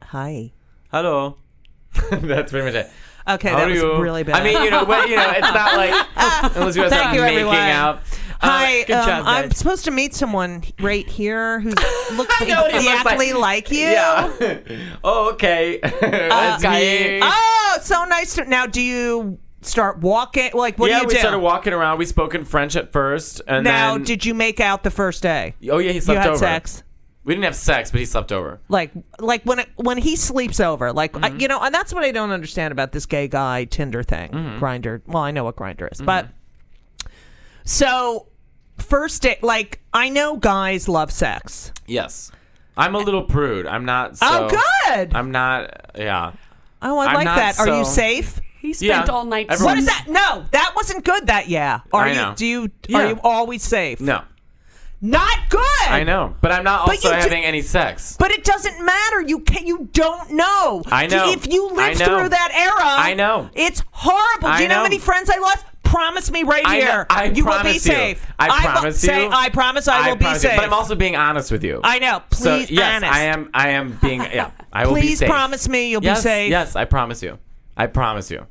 Hi. Hello. That's pretty much it. Okay, How that are was you? really bad. I mean, uh, you know, what, you know, it's not like unless you guys Thank are you, making everyone. out. Uh, Hi, good um, job, I'm guys. supposed to meet someone right here who looks know what he looks exactly like. you. Yeah. oh, okay. Uh, That's me. Oh, so nice. To, now, do you start walking? Like, what yeah, do you we do? started walking around. We spoke in French at first, and now, then did you make out the first day? oh yeah, he you slept had over. sex. We didn't have sex, but he slept over. Like, like when it, when he sleeps over, like I- Mm-hmm. you know, and that's what I don't understand about this gay guy Tinder thing, Mm-hmm. grinder. Well, I know what grinder is, but so first day, like I know guys love sex. Yes. I'm a little prude. I'm not. So, Oh, good. I'm not. Yeah. Oh, I I'm like not that. Are you so- safe? He spent Yeah. all night. Everyone- What is that? No, that wasn't good. That yeah. Are I you? know. Do you? Are Yeah. you always safe? No. Not good. I know, but I'm not But also you do- having any sex. But it doesn't matter. You can You don't know. I know. If you I live know. through that era, I know. It's horrible. I Do you know, how know. many friends I lost? Promise me right I know- here. I you will promise be you. safe. I will- promise say, you. I promise I, will be promise you, safe. But I'm also being honest with you. I know. So Please, yes, honest. I am. I am being. Yeah, I will be Please safe. promise me you'll yes, be safe. Yes, I promise you. I promise you.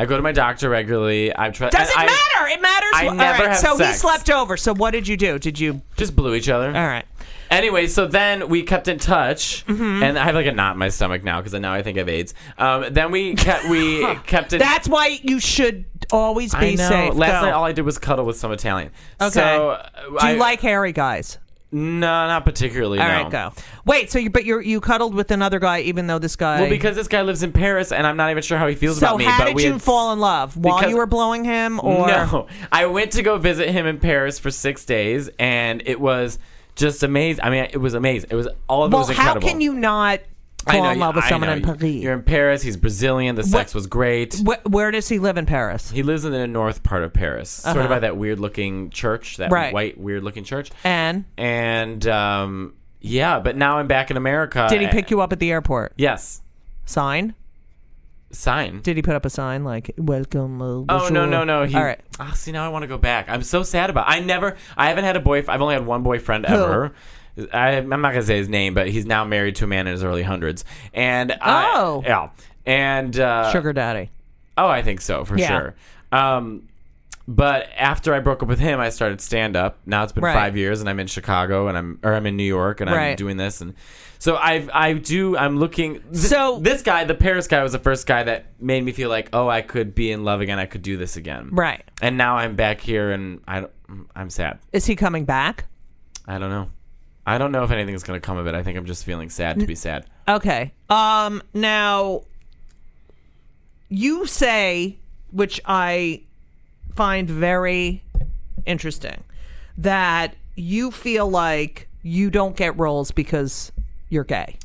I go to my doctor regularly. I try. Doesn't I, matter. It matters. I All never right, have so he sex. slept over. So what did you do? Did you? Just blew each other. All right. Mm-hmm. Anyway, so then we kept in touch, and I have like a knot in my stomach now because now I think I have AIDS. Um, then we kept we kept in. That's why you should always be I know. safe. Last Go. night all I did was cuddle with some Italian. Okay. So, uh, Do you I- like hairy guys? No, not particularly. All no. right, go. Wait, so you but you you cuddled with another guy, even though this guy. Well, because this guy lives in Paris, and I'm not even sure how he feels so about me. how but did we you had- fall in love while because- you were blowing him, or No, I went to go visit him in Paris for six days, and it was just amazing. I mean, it was amazing. It was all of it well, was how incredible. can you not I fall know, in love with I someone know. in Paris? You're in Paris. He's Brazilian. The sex was great. Wh- where does he live in Paris? He lives in the north part of Paris, sort of by that weird-looking church, that Uh-huh. Right. white weird-looking church. And And um, yeah, but now I'm back in America. did he pick you up at the airport? Yes. Sign? Sign. Did he put up a sign like "Welcome"? Uh, Oh no bonjour"? no no! He, All right. Ah, see now I want to go back. I'm so sad about. I never. I haven't had a boyfriend. I've only had one boyfriend ever. I, I'm not gonna say his name, but he's now married to a man in his early hundreds. And I- Oh. yeah, and uh, Sugar daddy. Oh, I think so for Yeah. sure. Um, but after I broke up with him, I started stand up. Now it's been Right. five years, and I'm in Chicago, and I'm or I'm in New York, and I'm Right. doing this, and so I I do I'm looking. th- So- this guy, the Paris guy, was the first guy that made me feel like oh I could be in love again, I could do this again, Right. And now I'm back here, and I don't- I'm sad. Is he coming back? I don't know. I don't know if anything's gonna come of it. I think I'm just feeling sad to be sad. Okay. Um now you say which I find very interesting that you feel like you don't get roles because you're gay.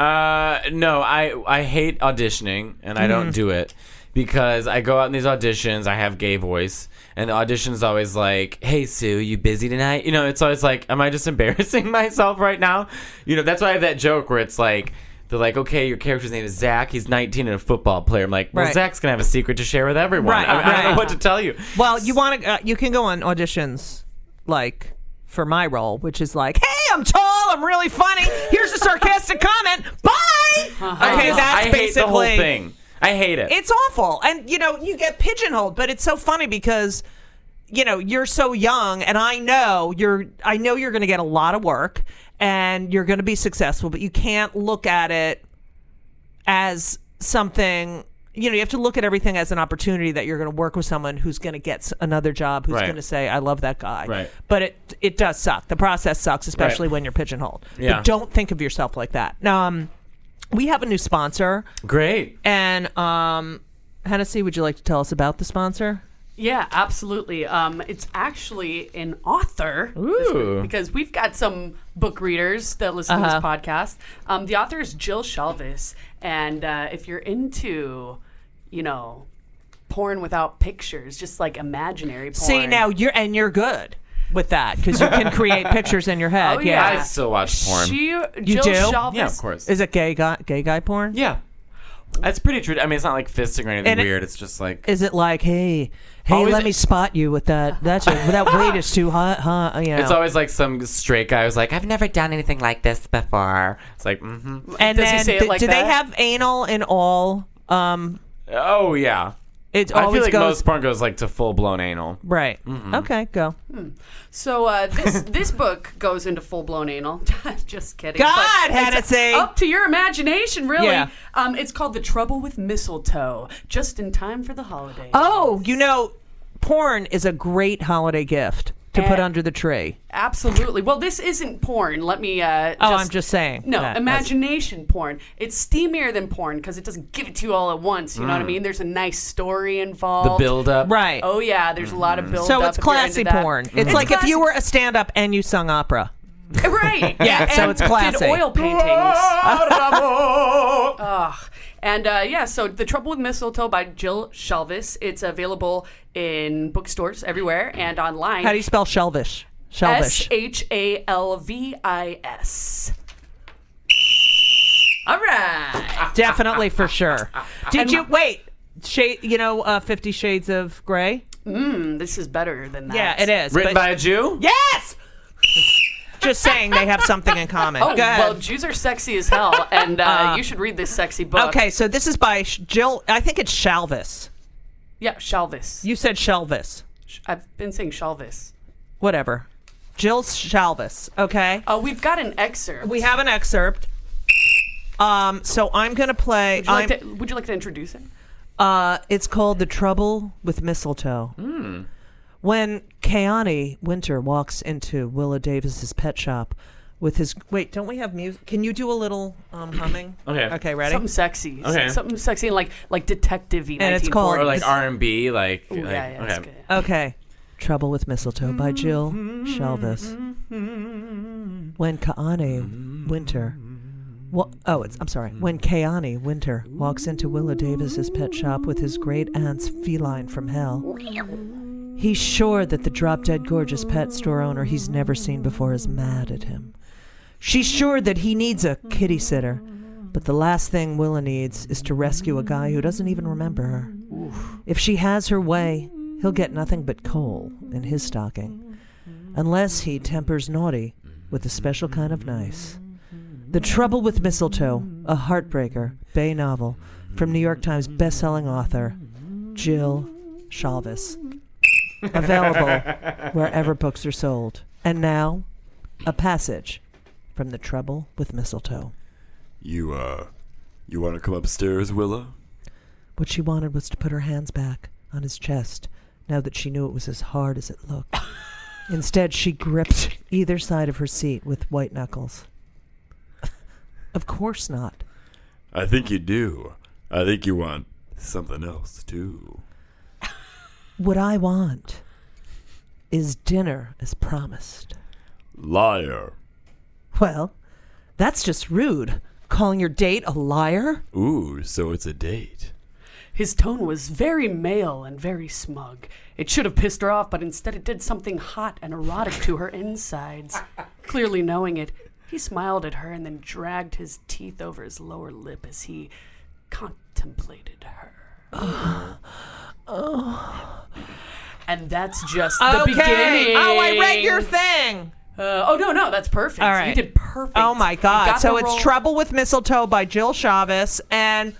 Uh, no, I I hate auditioning and I Hmm. don't do it because I go out in these auditions. I have gay voice, and the audition's always like, "Hey Sue, you busy tonight?" You know, it's always like, "Am I just embarrassing myself right now?" You know, that's why I have that joke where it's like. They're like, okay, your character's name is Zach. He's 19 and a football player. I'm like, well, Right. Zach's gonna have a secret to share with everyone. Right, I, I don't right. know what to tell you. Well, you want to? Uh, you can go on auditions, like for my role, which is like, "Hey, I'm tall. I'm really funny. Here's a sarcastic comment. Bye." Uh-huh. I Okay, hate- that's I hate basically the whole thing. I hate it. It's awful, and you know you get pigeonholed. But it's so funny because you know you're so young, and I know you're. I know you're going to get a lot of work, and you're going to be successful. But you can't look at it as something. You know, you have to look at everything as an opportunity that you're going to work with someone who's going to get s- another job, who's Right. going to say, "I love that guy." Right. But it it does suck. The process sucks, especially when you're pigeonholed. Yeah. But don't think of yourself like that. Um, we have a new sponsor. great. And um, Hennessy, would you like to tell us about the sponsor? Yeah, absolutely. Um, it's actually an author this Ooh. week because we've got some book readers that listen to Uh-huh. this podcast. Um, the author is Jill Shalvis, and uh, if you're into, you know, porn without pictures, just like imaginary porn. See, now you're and you're good with that because you can create pictures in your head. Oh, yeah. I still watch porn. she You Jill do? Shalvis, yeah, of course. Is it gay guy gay guy porn? yeah, that's pretty true. I mean, it's not like fisting or anything And it- weird. it's just like Is it like, hey, hey, Oh, Always- let me spot you with that? That's a, that weight is too hot, huh? You know. It's always like some straight guy who's like, I've never done anything like this before. It's like, mm-hmm. and Does he then, say it th- like do they that? have anal in all? Um, Oh, yeah. it I feel always like goes most porn goes like to full blown anal. right. Okay, go. So uh, this this book goes into full blown anal. Just kidding. God, But it's Hennessy. Up to your imagination, really. Yeah. Um, it's called The Trouble with Mistletoe. Just in time for the holiday. Oh, you know, porn is a great holiday gift to put Eh. under the tree. Absolutely. Well, this isn't porn. Let me. Uh, Oh, I'm just saying No, that. imagination porn. It's steamier than porn because it doesn't give it to you all at once. You know what I mean? There's a nice story The involved. build up. Mm. Right. Oh yeah, there's a lot of build. So up it's if you're into classy that. Mm-hmm. porn. It's, like if you were a stand up and you sung opera. Right. Yeah. so and it's classy. Did oil paintings. Ugh. And uh, yeah, so The Trouble with Mistletoe by Jill Shelvis. It's available in bookstores everywhere and online. How do you spell shelvish? S Shelvish. H A L V I S. All right. Definitely for sure. Did you wait? Shade, you know, uh, Fifty Shades of Grey. Um, This is better than that. Yeah, it is. Written but- by a Jew? yes. Just saying, they have something in common. Oh, Go ahead. well, Jews are sexy as hell, and uh, you should read this sexy book. okay, so this is by Sh- Jill. I think it's Shalvis. Yeah, Shelvis. You said Shelvis. I've been saying Shelvis. Whatever. Jill Shalvis. Okay. Oh, we've got an excerpt. We have an excerpt. Um, so I'm gonna play. Would you, like I'm- to, would you like to introduce it? Uh, it's called The Trouble with Mistletoe. When Keani Winter walks into Willa Davis's pet shop with his wait, don't we have music? Can you do a little um, humming? Okay. Okay, ready? Something sexy. Okay. Something sexy and like like detective And it's called- Or like R and B, like, like yeah, yeah, that's okay. good. Okay. Trouble with Mistletoe by Jill Shalvis. When Kaani Winter. Wa- oh, it's. I'm sorry. When Kaani Winter walks into Willa Davis's pet shop with his great aunt's feline from hell, he's sure that the drop dead gorgeous pet store owner he's never seen before is mad at him. She's sure that he needs a kitty sitter, but the last thing Willa needs is to rescue a guy who doesn't even remember her. If she has her way, he'll get nothing but coal in his stocking, unless he tempers naughty with a special kind of nice. The Trouble with Mistletoe, a heartbreaker Bay novel from New York Times bestselling author Jill Shalvis. Available wherever books are sold. And now, a passage from The Trouble with Mistletoe. You, uh, you want to come upstairs, Willa? What she wanted was to put her hands back on his chest now that she knew it was as hard as it looked. Instead, she gripped either side of her seat with white knuckles. of course not. I think you do. I think you want something else, too. What I want is dinner as promised. Liar. Well, that's just rude. Calling your date a liar? Ooh, so it's a date. His tone was very male and very smug. It should have pissed her off, but instead it did something hot and erotic to her insides. Clearly knowing it, He smiled at her and then dragged his teeth over his lower lip as he contemplated her. And that's just the okay. beginning. Oh, I read your thing. Uh, oh no, no, that's perfect. All right. You did perfect. Oh my You got God! So the it's role. Trouble with Mistletoe by Jill Chavez, and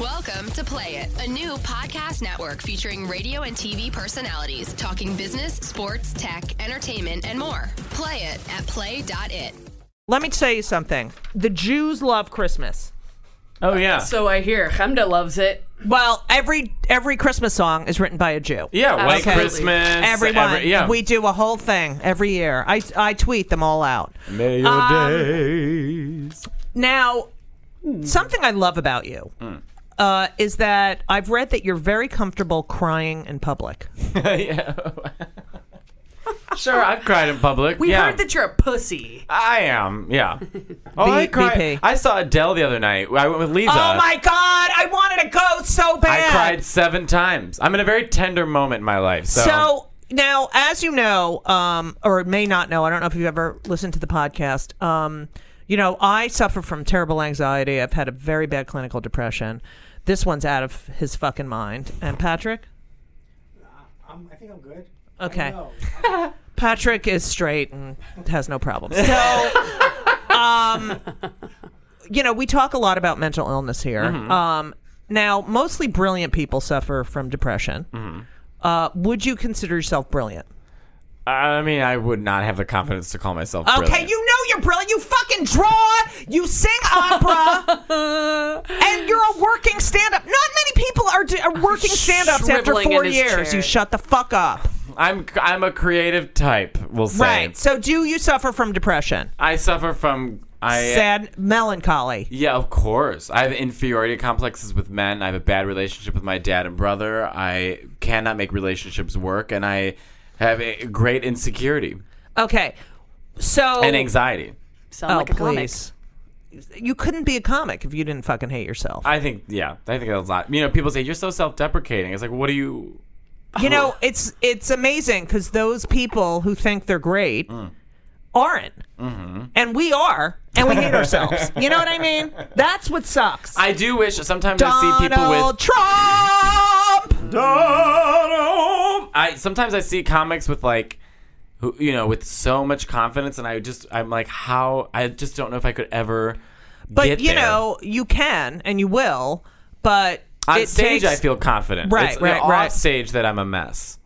Welcome to Play It, a new podcast network featuring radio and TV personalities talking business, sports, tech, entertainment, and more. Play it at play.it. let me tell you something: the Jews love Christmas. Oh yeah. So I hear Chemda loves it. Well, every every Christmas song is written by a Jew. yeah, White Okay. Christmas. Everyone, every- yeah. we do a whole thing every year. I I tweet them all out. Um, May your days. Now, something I love about you Hmm. uh, is that I've read that you're very comfortable crying in public. yeah. sure, I've cried in public. We yeah. heard that you're a pussy. I am, yeah. Oh, I B- cried. BP. I saw Adele the other night. I went with Lisa. Oh my God! I wanted to go so I bad. cried seven times. I'm in a very tender moment in my life. So, So now, as you know, um, or may not know, I don't know if you've ever listened to the podcast. Um, you know, I suffer from terrible anxiety. I've had a very bad clinical depression. This one's out of his fucking mind. And Patrick, I'm, I think I'm good. okay, No. Patrick is straight and has no problems. So, um, you know, we talk a lot about mental illness here. Um, now, mostly brilliant people suffer from depression. Uh, would you consider yourself brilliant? I mean, I would not have the confidence to call myself. Okay, brilliant. you know you're brilliant. You fucking draw, you sing opera, and you're a working stand up. Not many people are, do- are working stand ups after Shriveling in four his years. chair. You shut the fuck up. I'm I'm a creative type. We'll say. Right. So, do you suffer from depression, I suffer from I. sad, melancholy? Yeah, of course. I have inferiority complexes with men. I have a bad relationship with my dad and brother. I cannot make relationships work, and I have a great insecurity Okay. So, and anxiety. Sound oh, like a comic. please. You couldn't be a comic if you didn't fucking hate yourself. I think, yeah, I think that's a lot. You know, people say you're so self-deprecating. It's like, what do you? you know, it's it's amazing because those people who think they're great Mm. aren't, Mm-hmm. and we are, and we hate ourselves. You know what I mean? That's what sucks. I do wish sometimes I Donald see people with Trump. Donald. I sometimes I see comics with like, who you know, with so much confidence, and I just I'm like, how? I just don't know if I could ever. But get you there. know, you can and you will, but on it stage takes, I feel confident. Right, it's, right, off right. stage that I'm a mess.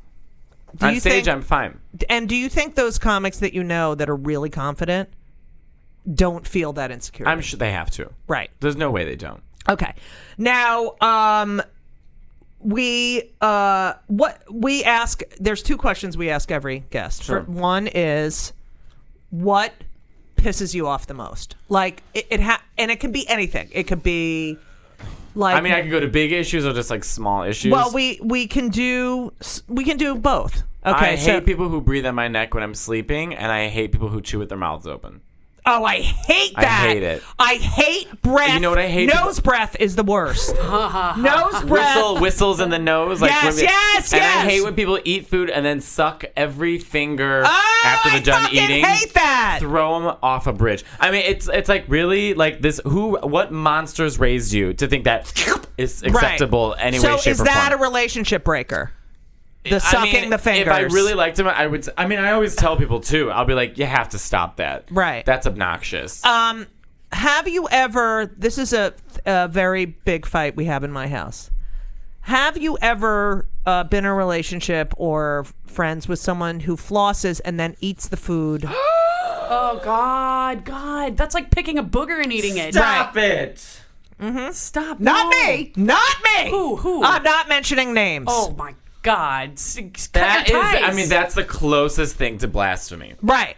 Do on you stage think- I'm fine. And do you think those comics that you know that are really confident don't feel that insecure? I'm sure they have to. right. There's no way they don't. Okay. Now, um, we uh, what we ask. There's two questions we ask every guest. Sure. One is, what pisses you off the most? Like it, it ha- and it can be anything. It could be like. I mean, I can go to big issues or just like small issues. well, we we can do s- we can do both. Okay. I so- hate people who breathe on my neck when I'm sleeping, and I hate people who chew with their mouths open. Oh, I hate I that. hate it. I hate breath. You know what I hate? Nose breath is the worst. Nose breath. Whistle whistles in the nose. Like Yes, when- yes, And yes. I hate when people eat food and then suck every finger Oh, after they're I done fucking eating. hate that. Throw them off a bridge. I mean, it's it's like really like this. Who? What monsters raised you to think that is Right. acceptable anyway? So shape, is or that form? a relationship breaker? The I sucking mean, the fingers. If I really liked him, I would. s- I mean, I always tell people too. I'll be like, you have to stop that. Right. That's obnoxious. um, have you ever? This is a, a very big fight we have in my house. Have you ever uh, been in a relationship or friends with someone who flosses and then eats the food? Oh God, God, that's like picking a booger and eating it. stop it. Stop. not no. me. Not me. Who? Who? I'm not mentioning names. Oh my God. S- s- cut That is. your ties. I mean, that's the closest thing to blasphemy. Right.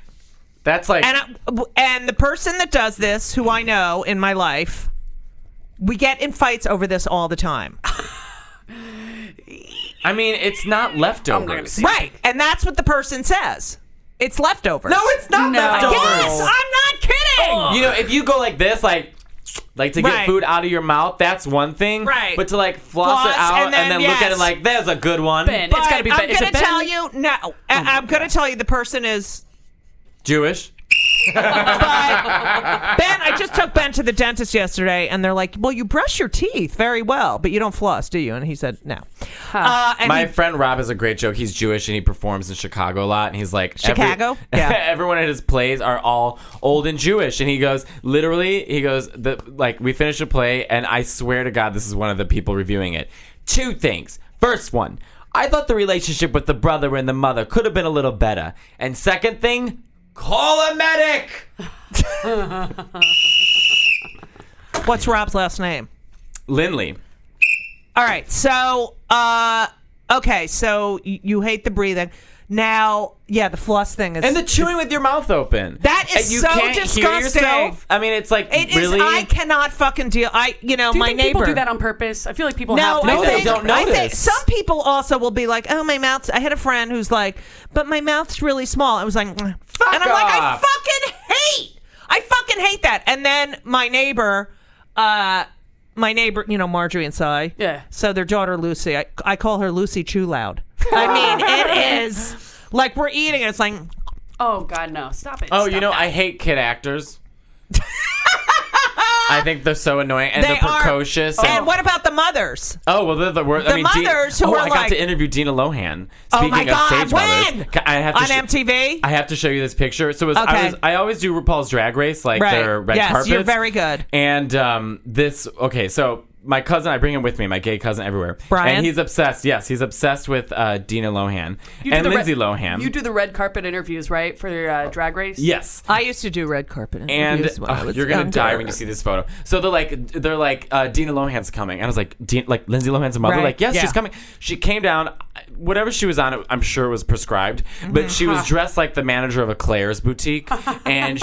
That's like. And I, and the person that does this, who I know in my life, we get in fights over this all the time. I mean, it's not leftovers. gonna say- Right. And that's what the person says. It's leftovers. No, it's not No. leftovers. Yes, I'm not kidding. You know, if you go like this, like. Like to get Right. food out of your mouth, that's one thing. Right. But to like floss, Floss it out and and then, then, look at yes. it like, there's a good one. Ben. But It's gotta be I'm Ben- is gonna it Ben? tell you no. I, I'm gonna tell you the person is Jewish. Ben, I just took Ben to the dentist yesterday, and they're like, "Well, you brush your teeth very well, but you don't floss, do you?" And he said, "No." Uh, and My he- friend Rob has a great joke. He's Jewish and he performs in Chicago a lot. And he's like, every- Chicago? Yeah. everyone at his plays are all old and Jewish. And he goes, literally, he goes, the, like, we finished a play, and I swear to God, this is one of the people reviewing it. Two things. First one, I thought the relationship with the brother and the mother could have been a little better. And second thing, call a medic. what's Rob's last name? Lindley. All right. So, uh, okay. So y- you hate the breathing. Now, yeah, the floss thing is And the chewing with your mouth open. That is And you so can't Hear disgusting. yourself. I mean, it's like It is- really. I cannot fucking deal. I, you know, Do you my think neighbor. people do that on purpose? I feel like people no, have to I do No, that they think, don't I think notice. some people also will be like, "Oh, my mouth's." I had a friend who's like, "But my mouth's really small." I was like, "Mm." and I'm like, "I off." fucking hate. I fucking hate that." And then my neighbor, uh, my neighbor, you know, Marjorie and Cy. Yeah. So their daughter Lucy, I, I call her Lucy Chew Loud. I mean, it is like we're eating. and It's like Oh God, no! Stop it! Oh, you know, I hate kid actors. I think they're so annoying and they they are precocious. Are, and- and what about the mothers? oh well, they're the worst. the I mean, Dee- mothers who oh, are I like- got to interview Dina Lohan. Oh, Speaking my of God, stage mothers, when? Ca- I have to On sh- MTV? I have to show you this picture. So it was, Okay. I was I always do RuPaul's Drag Race, like Right. their red Yes, carpets. you're very good. And um, this okay, so my cousin, I bring him with me, my gay cousin everywhere. Brian? and he's obsessed. Yes, he's obsessed with uh, Dina Lohan You do and the Lindsay red- Lohan. You do the red carpet interviews, right, for uh, Drag Race? yes. I used to do red carpet and interviews when I ugh, was you're gonna younger. die when you see this photo. So they're like, they're like, uh, Dina Lohan's coming, and I was like, Dean, like Lindsay Lohan's mother, Right, like, yes, yeah. she's coming. She came down, whatever she was on, I'm sure it was prescribed, but she was dressed like the manager of a Claire's boutique, and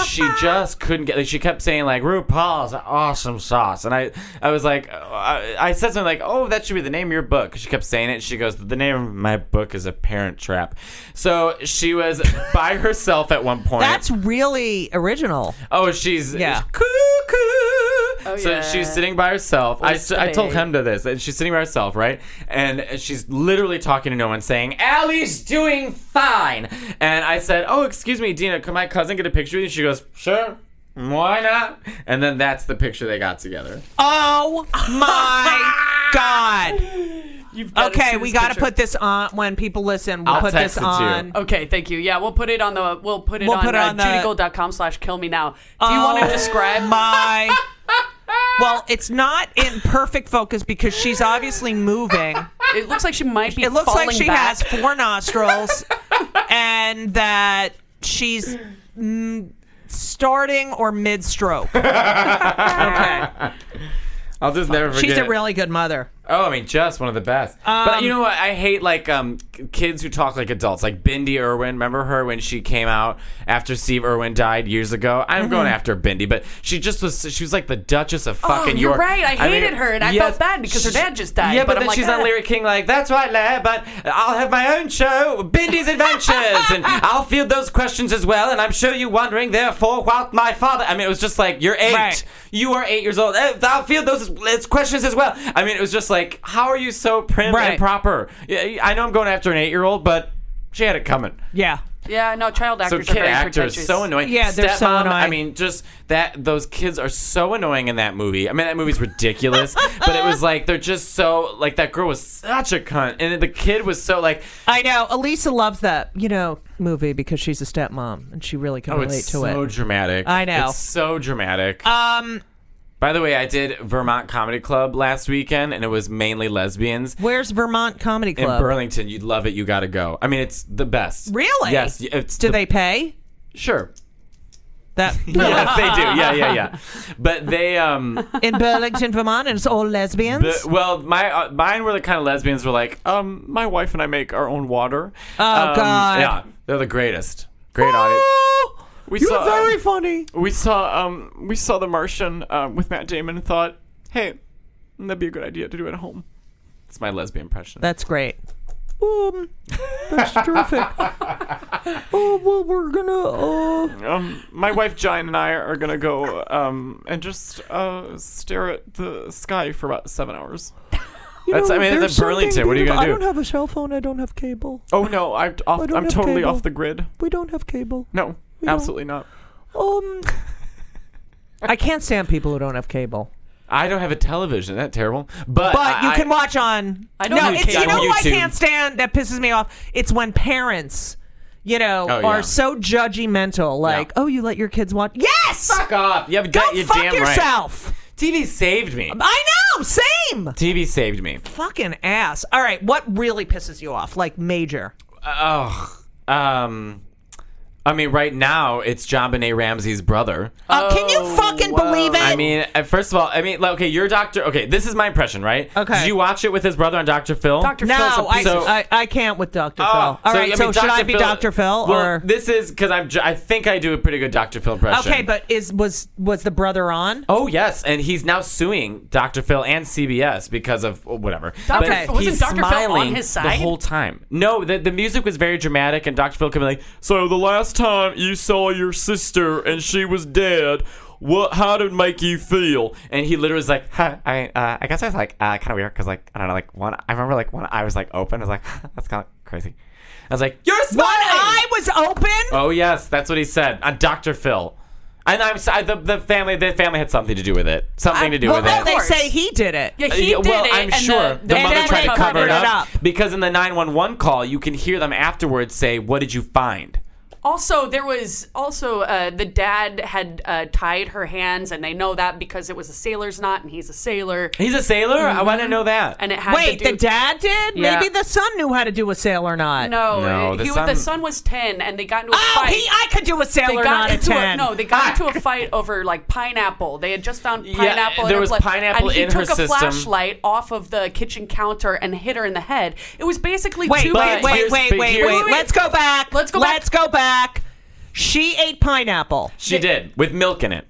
she just couldn't get. Like, she kept saying like RuPaul's awesome sauce, and I, I was like, I, I said something like, oh, that should be the name of your book. She kept saying it. She goes, the name of my book is a parent trap. So she was by herself at one point. That's really original. Oh, she's Yeah. cuckoo. so yeah. she's sitting by herself. I, Where's st- I the told babe? him to this, and she's sitting by herself, right? And she's literally talking to no one, saying, "Allie's doing fine." And I said, "Oh, excuse me, Dina, can my cousin get a picture with you?" She goes, "Sure." Why not? And then that's the picture they got together. Oh my god. You've gotta see Okay, this we got to picture. put this on when people listen. We'll I'll put text this it to you. on. Okay, thank you. Yeah, we'll put it on the. We'll put it We'll on, put it on uh, the- judygold.com slash kill me now. Do you want Oh to describe? my? Well, it's not in perfect focus because she's obviously moving. it looks like she might be. It looks like falling she back. has four nostrils, and that she's mm, starting or mid-stroke. okay, I'll just never forget. she's a it. really good mother. Oh, I mean, just one of the best. but you know what? I hate like um, k- kids who talk like adults, like Bindi Irwin. Remember her when she came out after Steve Irwin died years ago? I'm going Mm-hmm. after Bindi, but she just was. She was like the Duchess of fucking Oh, you're York. right. I hated her, and I felt bad because her She- dad just died, Yeah, but but, I'm then like, she's "Ah." on Larry King, like that's right, lad. But I'll have my own show, Bindi's Adventures, and I'll field those questions as well. And I'm sure you're wondering, therefore, what my father. I mean, it was just like you're eight. Right. You are eight years old. Eh, I'll field those as- questions as well. I mean, it was just like, how are you so prim Right. and proper? Yeah, I know I'm going after an eight year old, but she had it coming. Yeah. Yeah, no, child So actors kid are very actors pretentious. so annoying. Yeah, they're so Stepmom, I annoying. mean, just that those kids are so annoying in that movie. I mean, that movie's ridiculous, but it was like they're just so like that girl was such a cunt, and the kid was so like I know. Elisa loves that, you know, movie because she's a stepmom and she really can oh, relate it's to so it. dramatic. I know. it's so dramatic. Um, By the way, I did Vermont Comedy Club last weekend, and it was mainly lesbians. where's Vermont Comedy In Club? Burlington, you'd love it. You got to go. I mean, it's the best. Really? Yes. It's Do the- they pay? Sure. That yes, they do. Yeah, yeah, yeah. But they um in Burlington, Vermont, and it's all lesbians. The, well, my uh, mine were the kind of lesbians who were like, um, my wife and I make our own water. Oh God. Yeah, they're the greatest. Great audience. Oh, We you're saw very funny. we saw um we saw The Martian um, with Matt Damon and thought, hey, that'd be a good idea to do it at home. It's my lesbian impression. That's great. Um, that's terrific. oh well, we're gonna. Uh, um, my wife Jane and I are gonna go um and just uh stare at the sky for about seven hours. you That's- know, I mean, there's that's in Burlington. something What are you gonna beautiful- do? I don't have a cell phone. I don't have cable. Oh no, I'm off, don't I'm have totally cable. off the grid. We don't have cable. No, don't- absolutely not. Um, I can't stand people who don't have cable. I don't have a television. Isn't that terrible? But, But you I- can watch on. I don't no, use it's, you cable. know who I YouTube. can't stand that pisses me off. It's when parents, you know, Oh, yeah. are so judgmental. Like, Yeah. oh, you let your kids watch? Yes, Fuck off. You have go you're fuck damn right. yourself. TV saved me. I know, same. TV saved me. Fucking ass. All right, what really pisses you off? Like major. Oh, um, I mean, right now it's John Benet Ramsey's brother. Uh, can you fucking believe it? Oh, I mean, uh, first of all, I mean, like, okay, you're Doctor. Okay, this is my impression, right? Okay. Did you watch it with his brother on Doctor Phil? Dr. no, Phil's a I, piece of- I I can't with Dr. Phil. Oh, All right, so, mean, should Dr. I be Phil- Dr. Phil Well, or this is because I'm. ju- I think I do a pretty good Dr. Phil impression. Okay, but is was was the brother on? Oh yes, and he's now suing Dr. Phil and CBS because of oh, whatever. Dr. But Phil- wasn't he's Dr. Phil on smiling his the side? whole time? No, the, the music was very dramatic, and Dr. Phil could be like, "So the last time you saw your sister and she was dead." What? How did it make you feel? And he literally was like, huh, "I, uh, I guess I was like, uh, kind of weird because like I don't know, like one. I remember like one eye was like open. I was like, that's kind of crazy. I was like, you're One smiling. eye was open. Oh yes, that's what he said on Dr. Phil. And I'm si the, the family the family had something to do with it. Something to do well, with no, it. they course. say he did it. Yeah, he Yeah, did well, it. I'm and sure the, the, and mother then tried they to cover it covered it up, up. because in the 911 call, you can hear them afterwards say, "What did you find?" Also, there was also uh, the dad had uh, tied her hands, and they know that because it was a sailor's knot, and he's a sailor, He's a sailor. I want to know that. Mm-hmm. and it had Wait, to do- the dad did? Yeah. Maybe the son knew how to do a sail or not. No, No, it- the he, son- the son was ten, and they got into a Oh, fight. he I could do a they sail or got not at into a, ten. no, they got into a fight over like pineapple. They had just found pineapple. in there her was blood, pineapple and he in her took a system. flashlight off of the kitchen counter and hit her in the head. It was basically Wait, two wait, But guys- wait, here's- wait, but wait, here's- wait. Let's go back. Let's go back. Let's go back. She ate pineapple. she did with milk in it.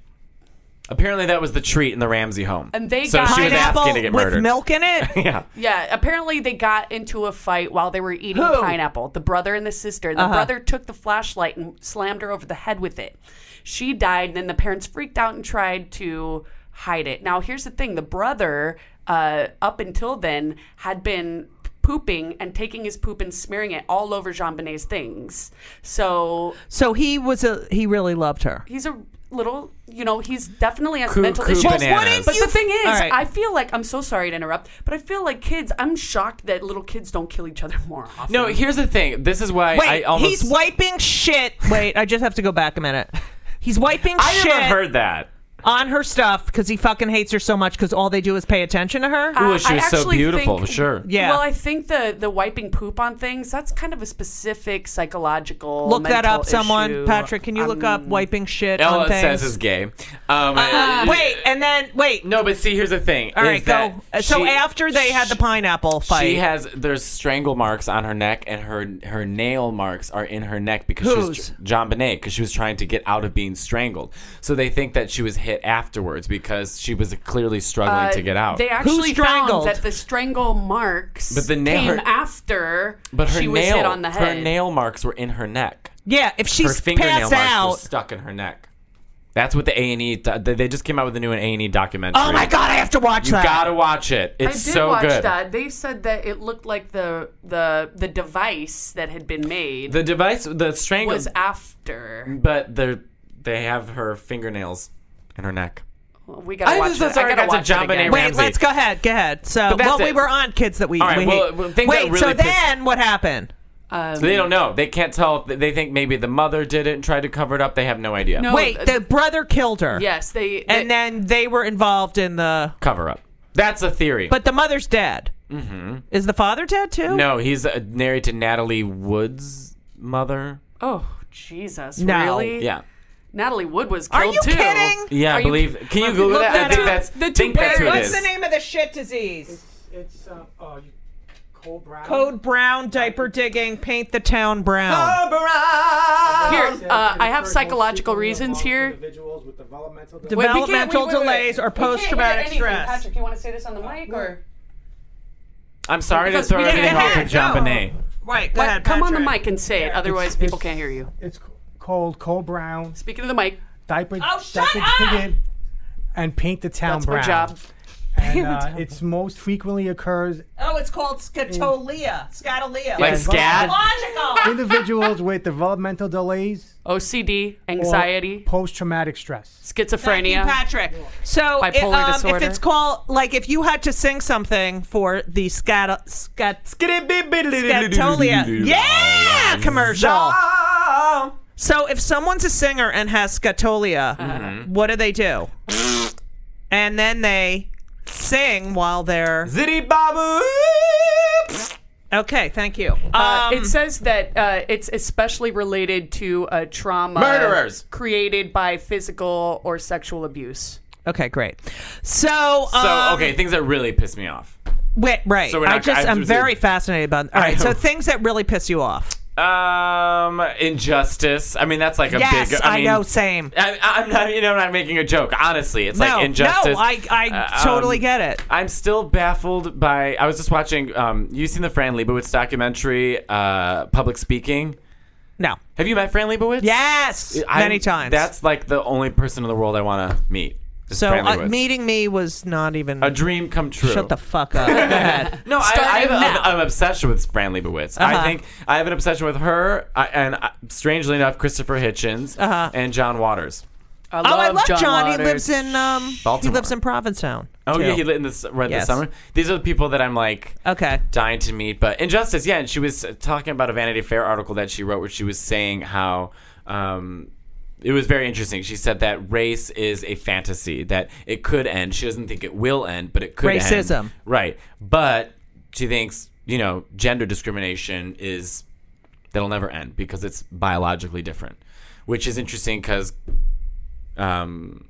Apparently, that was the treat in the Ramsey home. And they so got- she was Pineapple asking to get with murdered. milk in it. Yeah. Yeah, apparently they got into a fight while they were eating Who? pineapple. The brother and the sister. The brother took the flashlight and slammed her over the head with it. She died, and then the parents freaked out and tried to hide it. Now, here's the thing: the brother, uh, up until then, had been pooping and taking his poop and smearing it all over Jean Benet's things. So so he was a he really loved her. he's a little, you know, he's definitely has Cuckoo mental issues. Well, bananas. wouldn't But you- the thing is, All right. I feel like I'm so sorry to interrupt, but I feel like kids. I'm shocked that little kids don't kill each other more often. No, here's the thing. This is why I Wait, almost he's wiping shit. Wait, I just have to go back a minute. He's wiping I shit never heard that. on her stuff because he fucking hates her so much because all they do is pay attention to her. Ooh, she I was so actually beautiful. think- sure. Yeah. Well, I think the the wiping poop on things that's kind of a specific psychological. look that mental up, someone. issue. Um, Patrick, can you look up wiping shit Ella on things? says is gay. Um, Uh, wait, and then wait. No, but see, here's the thing. all is right, that go. Uh, so she- after they had the pineapple fight, She has there's strangle marks on her neck, and her her nail marks are in her neck because she was Whose? tr- John Bonet because she was trying to get out of being strangled. So they think that she was hit afterwards because she was clearly struggling Uh, to get out. They actually strangled? found that the strangle marks But the nail- came her- after but her she nail was hit on the head. her nail marks were in her neck. yeah, if Her she's fingernail passed marks were out, stuck in her neck. That's what the A and E. They just came out with a new A and E documentary. oh my god, I have to watch You that. gotta watch it. It's I did so watch good. that. They said that it looked like the the the device that had been made The device, the strangle, was after. but the they have her fingernails in her neck. We gotta I'm watch so it. sorry I gotta I got to watch jump it in again. here, Wait, Ramsey. let's go ahead. Go ahead. So, But that's well, we it. were on kids that we. All right, we well, hate. well, things Wait, that so really pissed- then what happened? So they Um, don't know. They can't tell. If they think maybe the mother did it and tried to cover it up. They have no idea. No. Wait, uh, the brother killed her. Yes, they. and they- then they were involved in the. cover up. That's a theory. But the mother's dead. Mm-hmm. Is the father dead too? no, he's uh, married to Natalie Wood's mother. oh Jesus, No. really? Yeah. Natalie Wood was Are killed you too. kidding? Yeah, I Are you- believe. can you look- Google look that? I that think up. that's. The two think that's who it parents- is. What's the of the shit disease? It's uh, oh, you, Cole Brown. Code brown, diaper digging, paint the town brown. Here, Said uh, I it have occurred most psychological frequently reasons among here. Individuals with developmental Wait, we can't- Developmental wait, wait, wait, wait. delays or We can't hear post-traumatic anything. stress. Patrick, you want to say this on the mic or? I'm sorry to Because throw we didn't everything have- off with John no. Bonet. Right, go What? ahead. Come on the Patrick. mic and say it, otherwise people can't hear you. It's c- called Cole Brown Speaking of the mic, diaper. Oh, shut diaper up! Pig in, and paint the town that's brown. my job. and uh, it's most frequently occurs Oh, it's called scatolia. Scatolia. Like scat? Logical. individuals with developmental delays OCD, or anxiety, post-traumatic stress. schizophrenia. Patrick. So it, Bipolar um, if disorder. it's called like if you had to sing something for the scat scat scatolia, yeah, commercial. So if someone's a singer and has scatolia, what do they do? and then they sing while they're Zitty babu. okay. Thank you. Uh, Um, it says that uh, it's especially related to uh, trauma Murderers. created by physical or sexual abuse. okay, great. So So um, okay, things that really piss me off. Wait, right. So we're I not- just I- I'm very fascinated about. All right, so things that really piss you off. Um, injustice. I mean, that's like a yes, big. I, mean, know. Same. I, I'm not, you know, I'm not making a joke. Honestly, it's No, like injustice. Uh, um, no, I- I totally get it. I'm still baffled by. I was just watching. Um, you seen the Fran Lebowitz documentary, uh, Public Speaking? No. Have you met Fran Lebowitz? Yes, I'm- many times. That's like the only person in the world I want to meet. is so Fran uh, Lebowitz. meeting me was not even. a dream come true. Shut the fuck up. Go ahead. No, I, I Starting have a- now. an obsession with Fran Lebowitz. Uh-huh. I think I have an obsession with her, I, and uh, strangely enough, Christopher Hitchens and John Waters. I Uh-huh. Oh, I love John. He Waters. lives in um, he Baltimore. lives in Provincetown. Oh too. yeah, he lit in this right Yes. this summer. These are the people that I'm like Okay. dying to meet. But injustice, yeah. And she was uh, talking about a Vanity Fair article that she wrote, where she was saying how. Um, it was very interesting. She said that race is a fantasy that it could end. She doesn't think it will end, but it could end. Racism. right? But she thinks you know gender discrimination is that'll never end because it's biologically different, which is interesting because um,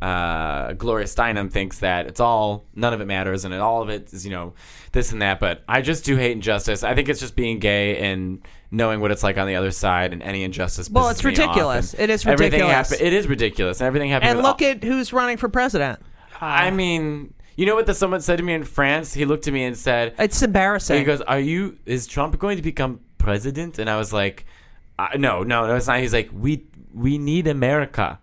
uh, Gloria Steinem thinks that it's all none of it matters and it, all of it is you know this and that. But I just do hate injustice. I think it's just being gay and knowing what it's like on the other side and any injustice. Well, pisses it's me off, ridiculous. and It is everything ridiculous. happen- it is ridiculous. And everything happened. And with look all- at who's running for president. I mean, you know what the someone said to me in France? He looked at me and said, It's embarrassing. he goes, "Are you? Is Trump going to become president?" And I was like, I, "No, no, no, it's not." He's like, "We we need America."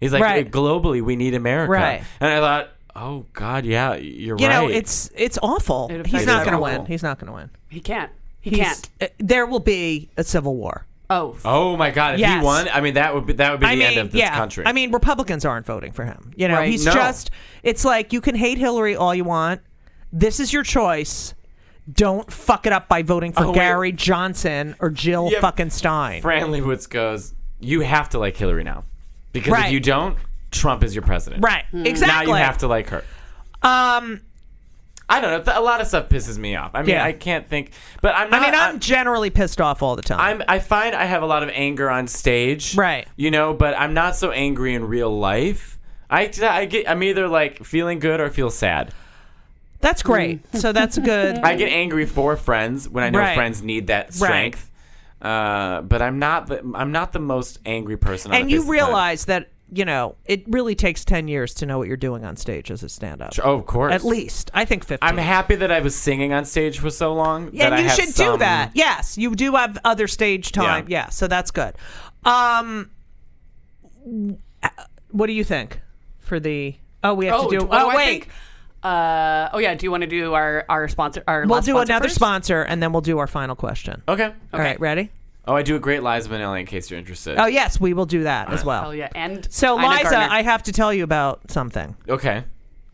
He's like, Right. "Globally, we need America." Right. And I thought, "Oh God, yeah, you're you right." know, it's it's awful. It He's affects not going to everyone. win. He's not going to win. He can't. He He's- can't. uh, there will be a civil war. Oh, oh my God, if Yes. he won, I mean, that would be that would be I the mean, end of this yeah. country. I mean, Republicans aren't voting for him. You know, Right. he's No. just. It's like you can hate Hillary all you want. This is your choice. Don't fuck it up by voting for Oh, wait. Gary Johnson or Jill Yeah. fucking Stein. Fran Lebowitz goes, "You have to like Hillary now, because Right. if you don't, Trump is your president." Right. Hmm. Now Exactly. you have to like her. Um, I don't know. Th- A lot of stuff pisses me off. I mean, Yeah. I can't think, but I'm I not. mean, I'm, I'm- generally pissed off all the time. I'm I find I have a lot of anger on stage. Right. You know, but I'm not so angry in real life. I, I get I'm either like feeling good or feel sad. that's great. So that's good. Hmm. I get angry for friends when I know Right. friends need that strength. Uh, but I'm not the I'm not the most angry person. on and the you face of the planet. realize that you know it really takes 10 years to know what you're doing on stage as a stand-up Oh, of course. at least i think 15 I'm happy that I was singing on stage for so long. Yeah, that I and you have should do some- that yes you do have other stage time yeah, Yeah. so that's good um what do you think for the oh we have oh, to do do- oh, oh I wait think- uh, oh yeah. Do you want to do our our sponsor? Our we'll last do sponsor another first? sponsor and then we'll do our final question Okay. all right ready Oh, I do a great Liza Minnelli in case you're interested. oh yes we will do that as well Oh yeah, and so Ina liza Gardner. i have to tell you about something Okay.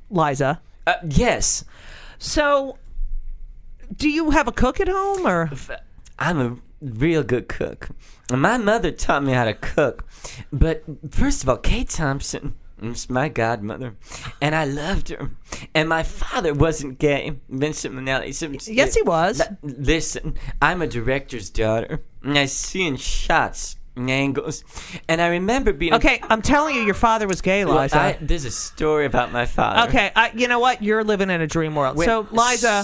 liza Uh, yes. so do you have a cook at home or I'm a real good cook. And my mother taught me how to cook. But first of all, Kate Thompson was my godmother, and I loved her. And my father wasn't gay, Vincent Minnelli. So- Yes, he was. Li- Listen, I'm a director's daughter, and I see in shots and angles. And I remember being Okay, I'm telling you, your father was gay, Well, Liza. I- there's a story about my father. okay, I, you know what? You're living in a dream world. so, Liza.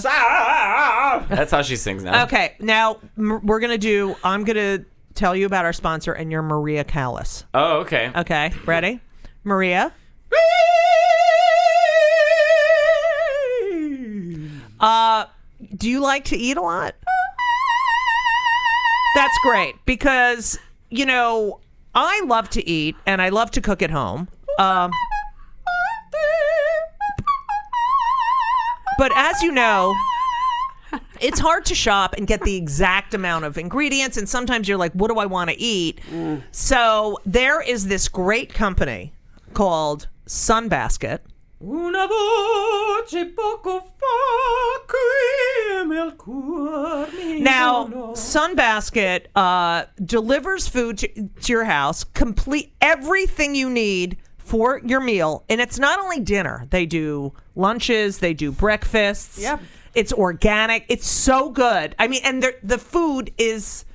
That's how she sings now. okay, now m- we're gonna do. I'm gonna tell you about our sponsor, and you're Maria Callas. Oh, okay. Okay, ready, Maria? Uh, do you like to eat a lot? That's great because you know I love to eat and I love to cook at home. Um, But as you know, it's hard to shop and get the exact amount of ingredients. And sometimes you're like, what do I want to eat? So there is this great company called Sunbasket. Una voce poco fa qui nel cuor mio. Now, Sunbasket uh, delivers food to, to your house, complete everything you need for your meal. And it's not only dinner, they do lunches, they do breakfasts. Yep. It's organic. It's so good. I mean, and the- the food is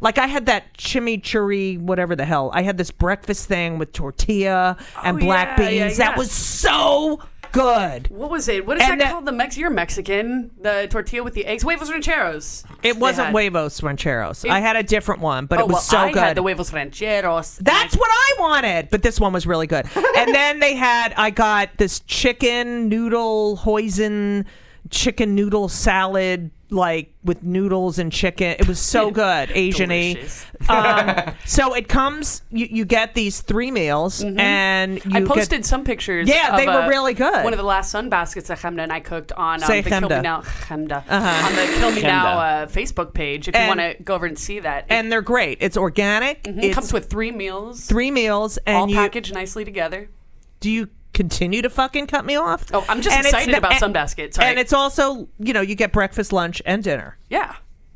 like I had that chimichurri, whatever the hell. I had this breakfast thing with tortilla and black Oh, yeah, beans. yeah, That yeah. was so good. What was it? What is And that that- called? The Mex? You're Mexican. The tortilla with the eggs. Huevos rancheros. It They wasn't had. huevos rancheros. I had a different one, but Oh, it was well, so I good. had the huevos rancheros. That's what I wanted, but this one was really good. And then they had I got this chicken noodle hoisin chicken noodle salad like with noodles and chicken. It was so good, Asian y. Delicious. Um, so it comes you, you get these three meals and you Mm-hmm. I get- posted some pictures. Yeah, of they were a- really good. One of the last sun baskets that Chemda and I cooked on um, Say the Chemda. Kill Me Now Chemda. on the Kill Me Now uh, Facebook page. If And- you want to go over and see that, and they're great. It's organic. it It's comes with three meals, three meals and Mm-hmm. all you packaged nicely together. do you continue to fucking cut me off? Oh, I'm just And it's excited the- about and- Sunbasket. Sorry. And it's also, you know, you get breakfast, lunch and dinner. Yeah,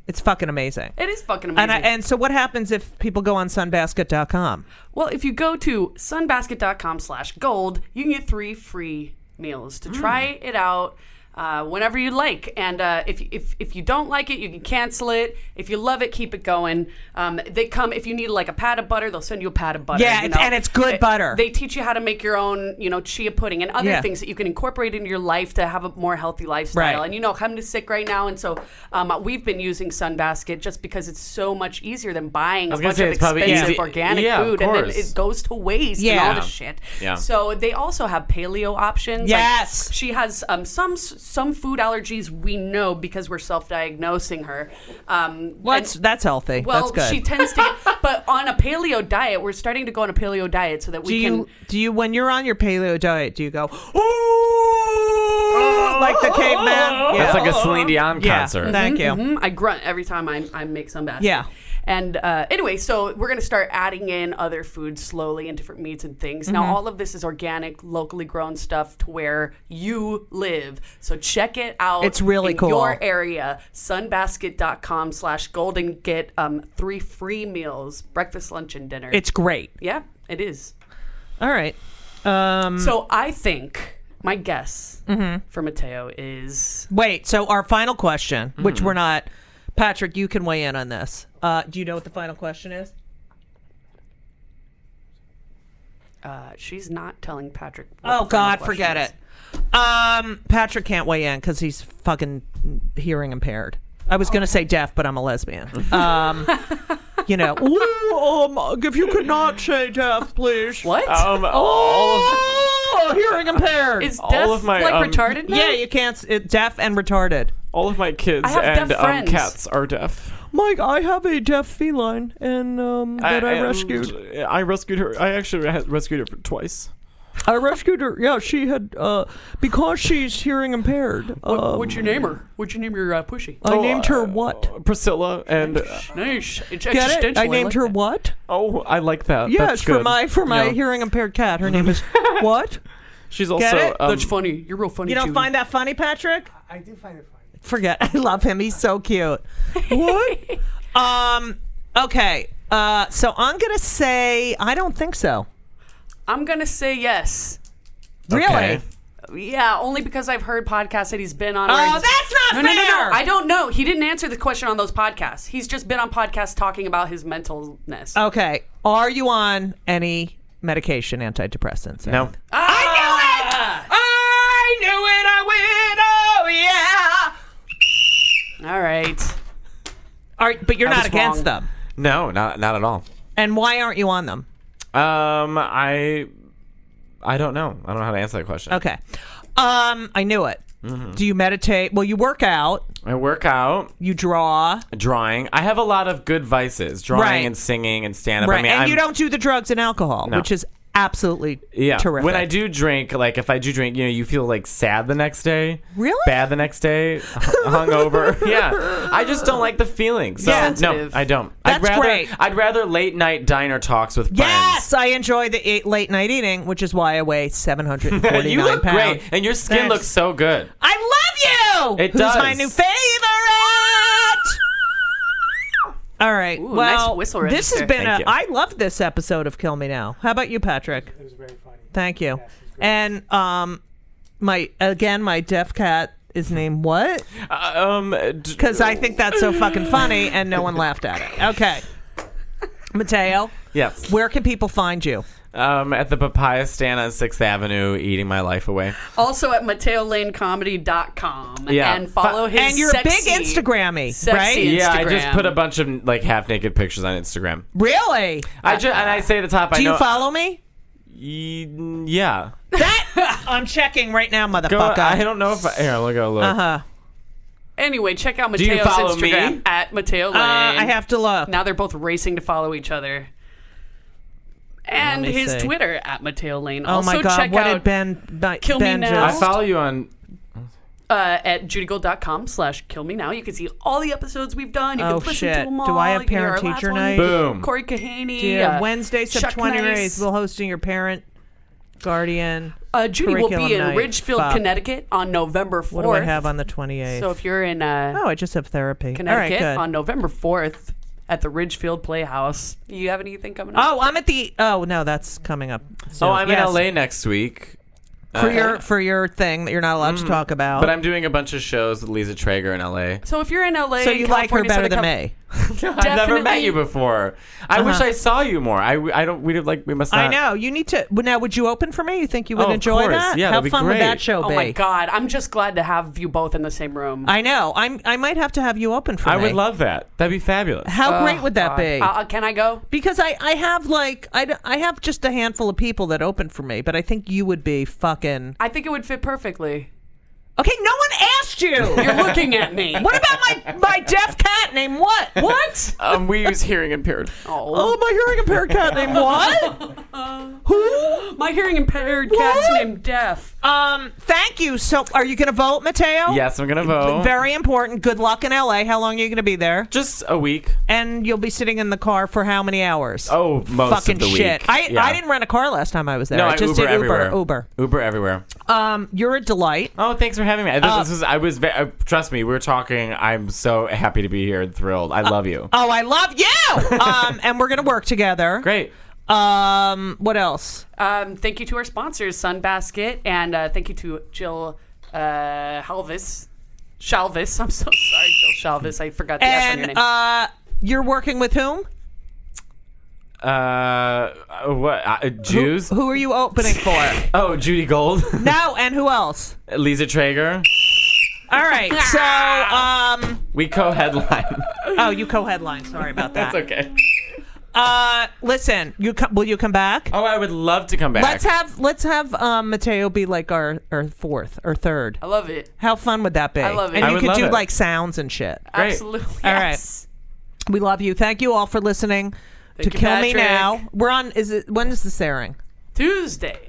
It's fucking amazing. it is fucking amazing. And, I, and so what happens if people go on sunbasket.com? Well, if you go to sunbasket.com slash gold, you can get three free meals Hmm. to try it out uh, whenever you like. And uh, if, if, if you don't like it, you can cancel it. If you love it, keep it going. Um, they come, if you need like a pat of butter, they'll send you a pat of butter. Yeah, you it's- and it's good They- butter. They teach you how to make your own, you know, chia pudding and other Yeah. things that you can incorporate into your life to have a more healthy lifestyle. Right. And you know, I'm just sick right now. And so um, we've been using Sunbasket just because it's so much easier than buying a was gonna bunch say, of it's probably expensive easy- organic Yeah, of food. And then course. it goes to waste Yeah. and all this shit. Yeah. So they also have paleo options. Like, Yes. she has um, some some food allergies we know because we're self-diagnosing her. Um, Well, and- that's, that's healthy. well, that's good. she tends to, get, but on a paleo diet, we're starting to go on a paleo diet so that do we you can. do you when you're on your paleo diet? Do you go ooh like the Oh. caveman? That's like a Celine Dion yeah. concert. Thank you. Mhm. I grunt every time I, I make some basket. Yeah. And uh, anyway, so we're going to start adding in other foods slowly and different meats and things. Mm-hmm. Now, all of this is organic, locally grown stuff to where you live. So check it out. It's really in cool. your area, sunbasket.com slash gold and get um, three free meals, breakfast, lunch, and dinner. It's great. yeah, it is. All right. Um, So I think my guess Mm-hmm. for Mateo is wait. So our final question, Hmm. which we're not, Patrick, you can weigh in on this. Uh, do you know what the final question is? uh, she's not telling Patrick. what Oh the final God, question forget is. it. Um, Patrick can't weigh in because he's fucking hearing impaired. I was going to say deaf, but I'm a lesbian. Um, you know, Ooh, um, if you could not say deaf, please. What? Um, all of Oh, hearing impaired. Is All deaf of my, like um, retarded? Now? yeah, you can't. s- It, deaf and retarded. all of my kids I have deaf and um, friends. cats are deaf. Mike, I have a deaf feline, and um, that I, rescued. I rescued her. I actually ha- rescued her twice. I rescued her. Yeah, she had uh, because she's hearing impaired. What, what'd you name her? What'd you name your Oh, uh, pushy? I named her what? Priscilla and uh, Nice. It's Get it? existential. I named like her that. what? oh, I like that. Yes, That's for good. my for my Yeah. hearing impaired cat. Her name is what? She's it? also um, That's funny. You're real funny. You don't Judy. find that funny, Patrick? I do find it funny. Forget. I love him. He's so cute. What? um. Okay. Uh. So I'm gonna say I don't think so. I'm gonna say yes. Really? Okay. Yeah, only because I've heard podcasts that he's been on. Oh, where he's- that's not no, No, no, fair! no. I don't know. He didn't answer the question on those podcasts. He's just been on podcasts talking about his mentalness. Okay. Are you on any medication, antidepressants? No. Ah! I knew it. I knew it. I win. Oh All right. yeah. All right, but you're I not was against wrong. them. No, not not at all. And why aren't you on them? Um, I I don't know. I don't know how to answer that question. Okay. Um, I knew it. Mm-hmm. Do you meditate? Well, you work out. I work out, You draw. drawing. I have a lot of good vices: drawing Right. and singing and stand up. Right. I mean, and I'm, you don't do the drugs and alcohol, which is absolutely Yeah. terrific. When I do drink, like if I do drink, you know, you feel like sad the next day. Really? Bad the next day. h- Hungover. yeah. I just don't like the feeling. So Yeah. no, Sensitive. I don't. I'd That's rather great. I'd rather late night diner talks with friends. Yes, I enjoy the eight, late night eating, which is why I weigh 749 You look pounds. great, and your skin Thanks. looks so good. I love you. It Who's does. my new favorite? All right. Ooh, well, nice whistle this has register. been. A, Thank you. I love this episode of Kill Me Now. How about you, Patrick? It was very funny. Thank you. it was great. and um, my again, my deaf cat is named what? Uh, um, d- Because I think that's so fucking funny, and no one laughed at it. Okay, Mateo, yes. where can people find you? Um, at the papaya stand on Sixth Avenue, eating my life away. Also at MateoLaneComedy.com. Yeah. And follow his and you're a big sexy- Instagrammy, sexy right? Yeah, I just Instagram. put a bunch of like half naked pictures on Instagram. Really? I just and I say at the top. I Do know, you follow me? Y- Yeah. That I'm checking right now, motherfucker. Go, I don't know if I, here. I'll go look. Uh-huh. Anyway, check out you Mateo's follow me? Instagram at Mateo Lane. Uh, I have to look. Now they're both racing to follow each other. And Let me his see. Twitter at Mateo Lane. oh also my god, check what did out Ben Bi- Kill Me Ben Now. I just? follow you on. uh, at judygold.com slash kill me now. You can see all the episodes we've done. You Oh, can listen shit. to them all. Do I have You can hear our parent-teacher last one. night? Boom. Corey Kahaney. Yeah, uh, Wednesday, sub Chuck 20 Nice. race. We'll hosting your parent, guardian. uh, Judy will curriculum be in night. Ridgefield, Fuck. Connecticut on November 4th. What do I have on the 28th? So if you're in uh, oh, I just have therapy. Connecticut All right, good. on November 4th at the Ridgefield Playhouse. You have anything coming up? oh, I'm at the. Oh no, that's coming up. Oh, soon. I'm Yes. in LA next week, for your for your thing that you're not allowed to talk about. Mm. but I'm doing a bunch of shows with Lisa Traeger in LA. So if you're in LA, so you like her California, better Southern than Cal- me. I've never met Definitely. you before. I wish I saw you more. I, I don't. We like we must. Not, Uh-huh. I know you need to. well, Now, would you open for me? You think you would Oh, of enjoy course. that? Yeah, How that'd be fun would great. that show Oh be? my God! I'm just glad to have you both in the same room. I know. I'm. I might have to have you open for I me. would love Oh, that. That'd be fabulous. How great would that God. be? Uh, uh, can I go? because I, I have like I, d- I have just a handful of people that open for me, but I think you would be fucking I think it would fit perfectly. okay. No one asked you. You're looking at me. what about my my deaf cat named what? What? um, we use hearing impaired. oh, my hearing impaired cat named what? Who? My hearing impaired cat's Oh. What? named Deaf. Um. Thank you. So, are you going to vote, Mateo? Yes, I'm gonna vote. Very important. Good luck in L.A. How long are you going to be there? Just a week. And you'll be sitting in the car for how many hours? Oh, most fucking of the shit. week. I, Yeah. I didn't rent a car last time I was there. No, I I just Uber did Uber. everywhere. Uber. Uber everywhere. Um, you're a delight. Oh, thanks for having me. I- This, this was, I was. Ve- uh, trust me, we were talking. I'm so happy to be here and thrilled. I love you. Oh, I love you. um, and we're gonna work together. Great. Um, what else? Um, thank you to our sponsors, Sunbasket, and uh, thank you to Jill uh, Halvis. Shalvis. I'm so sorry, Jill Shalvis. I forgot the S on your And name. uh, you're working with whom? Uh, uh, what? Uh, Jews? Who are you opening for? Oh, Judy Gold, no, and who else? Lisa Traeger. All right. So, um, We co-headline. oh, you co-headline. Sorry about that. That's okay. Uh, listen, you co- will you come back? Oh, I would love to come back. Let's have let's have um, Mateo be like our, our fourth or third. I love it. How fun would that be? I love it. And Oh. I you would could love do it. like sounds and shit. Great. Absolutely. All right. yes. We love you. Thank you all for listening to you, Kill Me Patrick. Now. We're on. Is it when is this airing? Tuesday.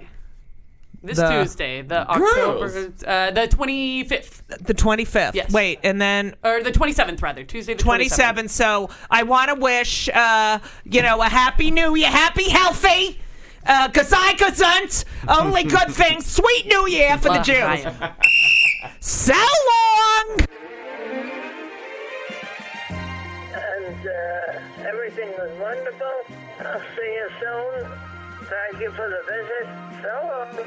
This The- Tuesday, the October, Gross. uh, the 25th The twenty fifth. Yes. Wait, and then. or the 27th rather. Tuesday the 27. 27th. So I want to wish, uh, you know, a happy new year, happy, healthy, uh, gazai gazunt, only good things, sweet new year for the Jews. Jews. So long! and uh, everything was wonderful. I'll see you soon. Thank you for the visit. So long.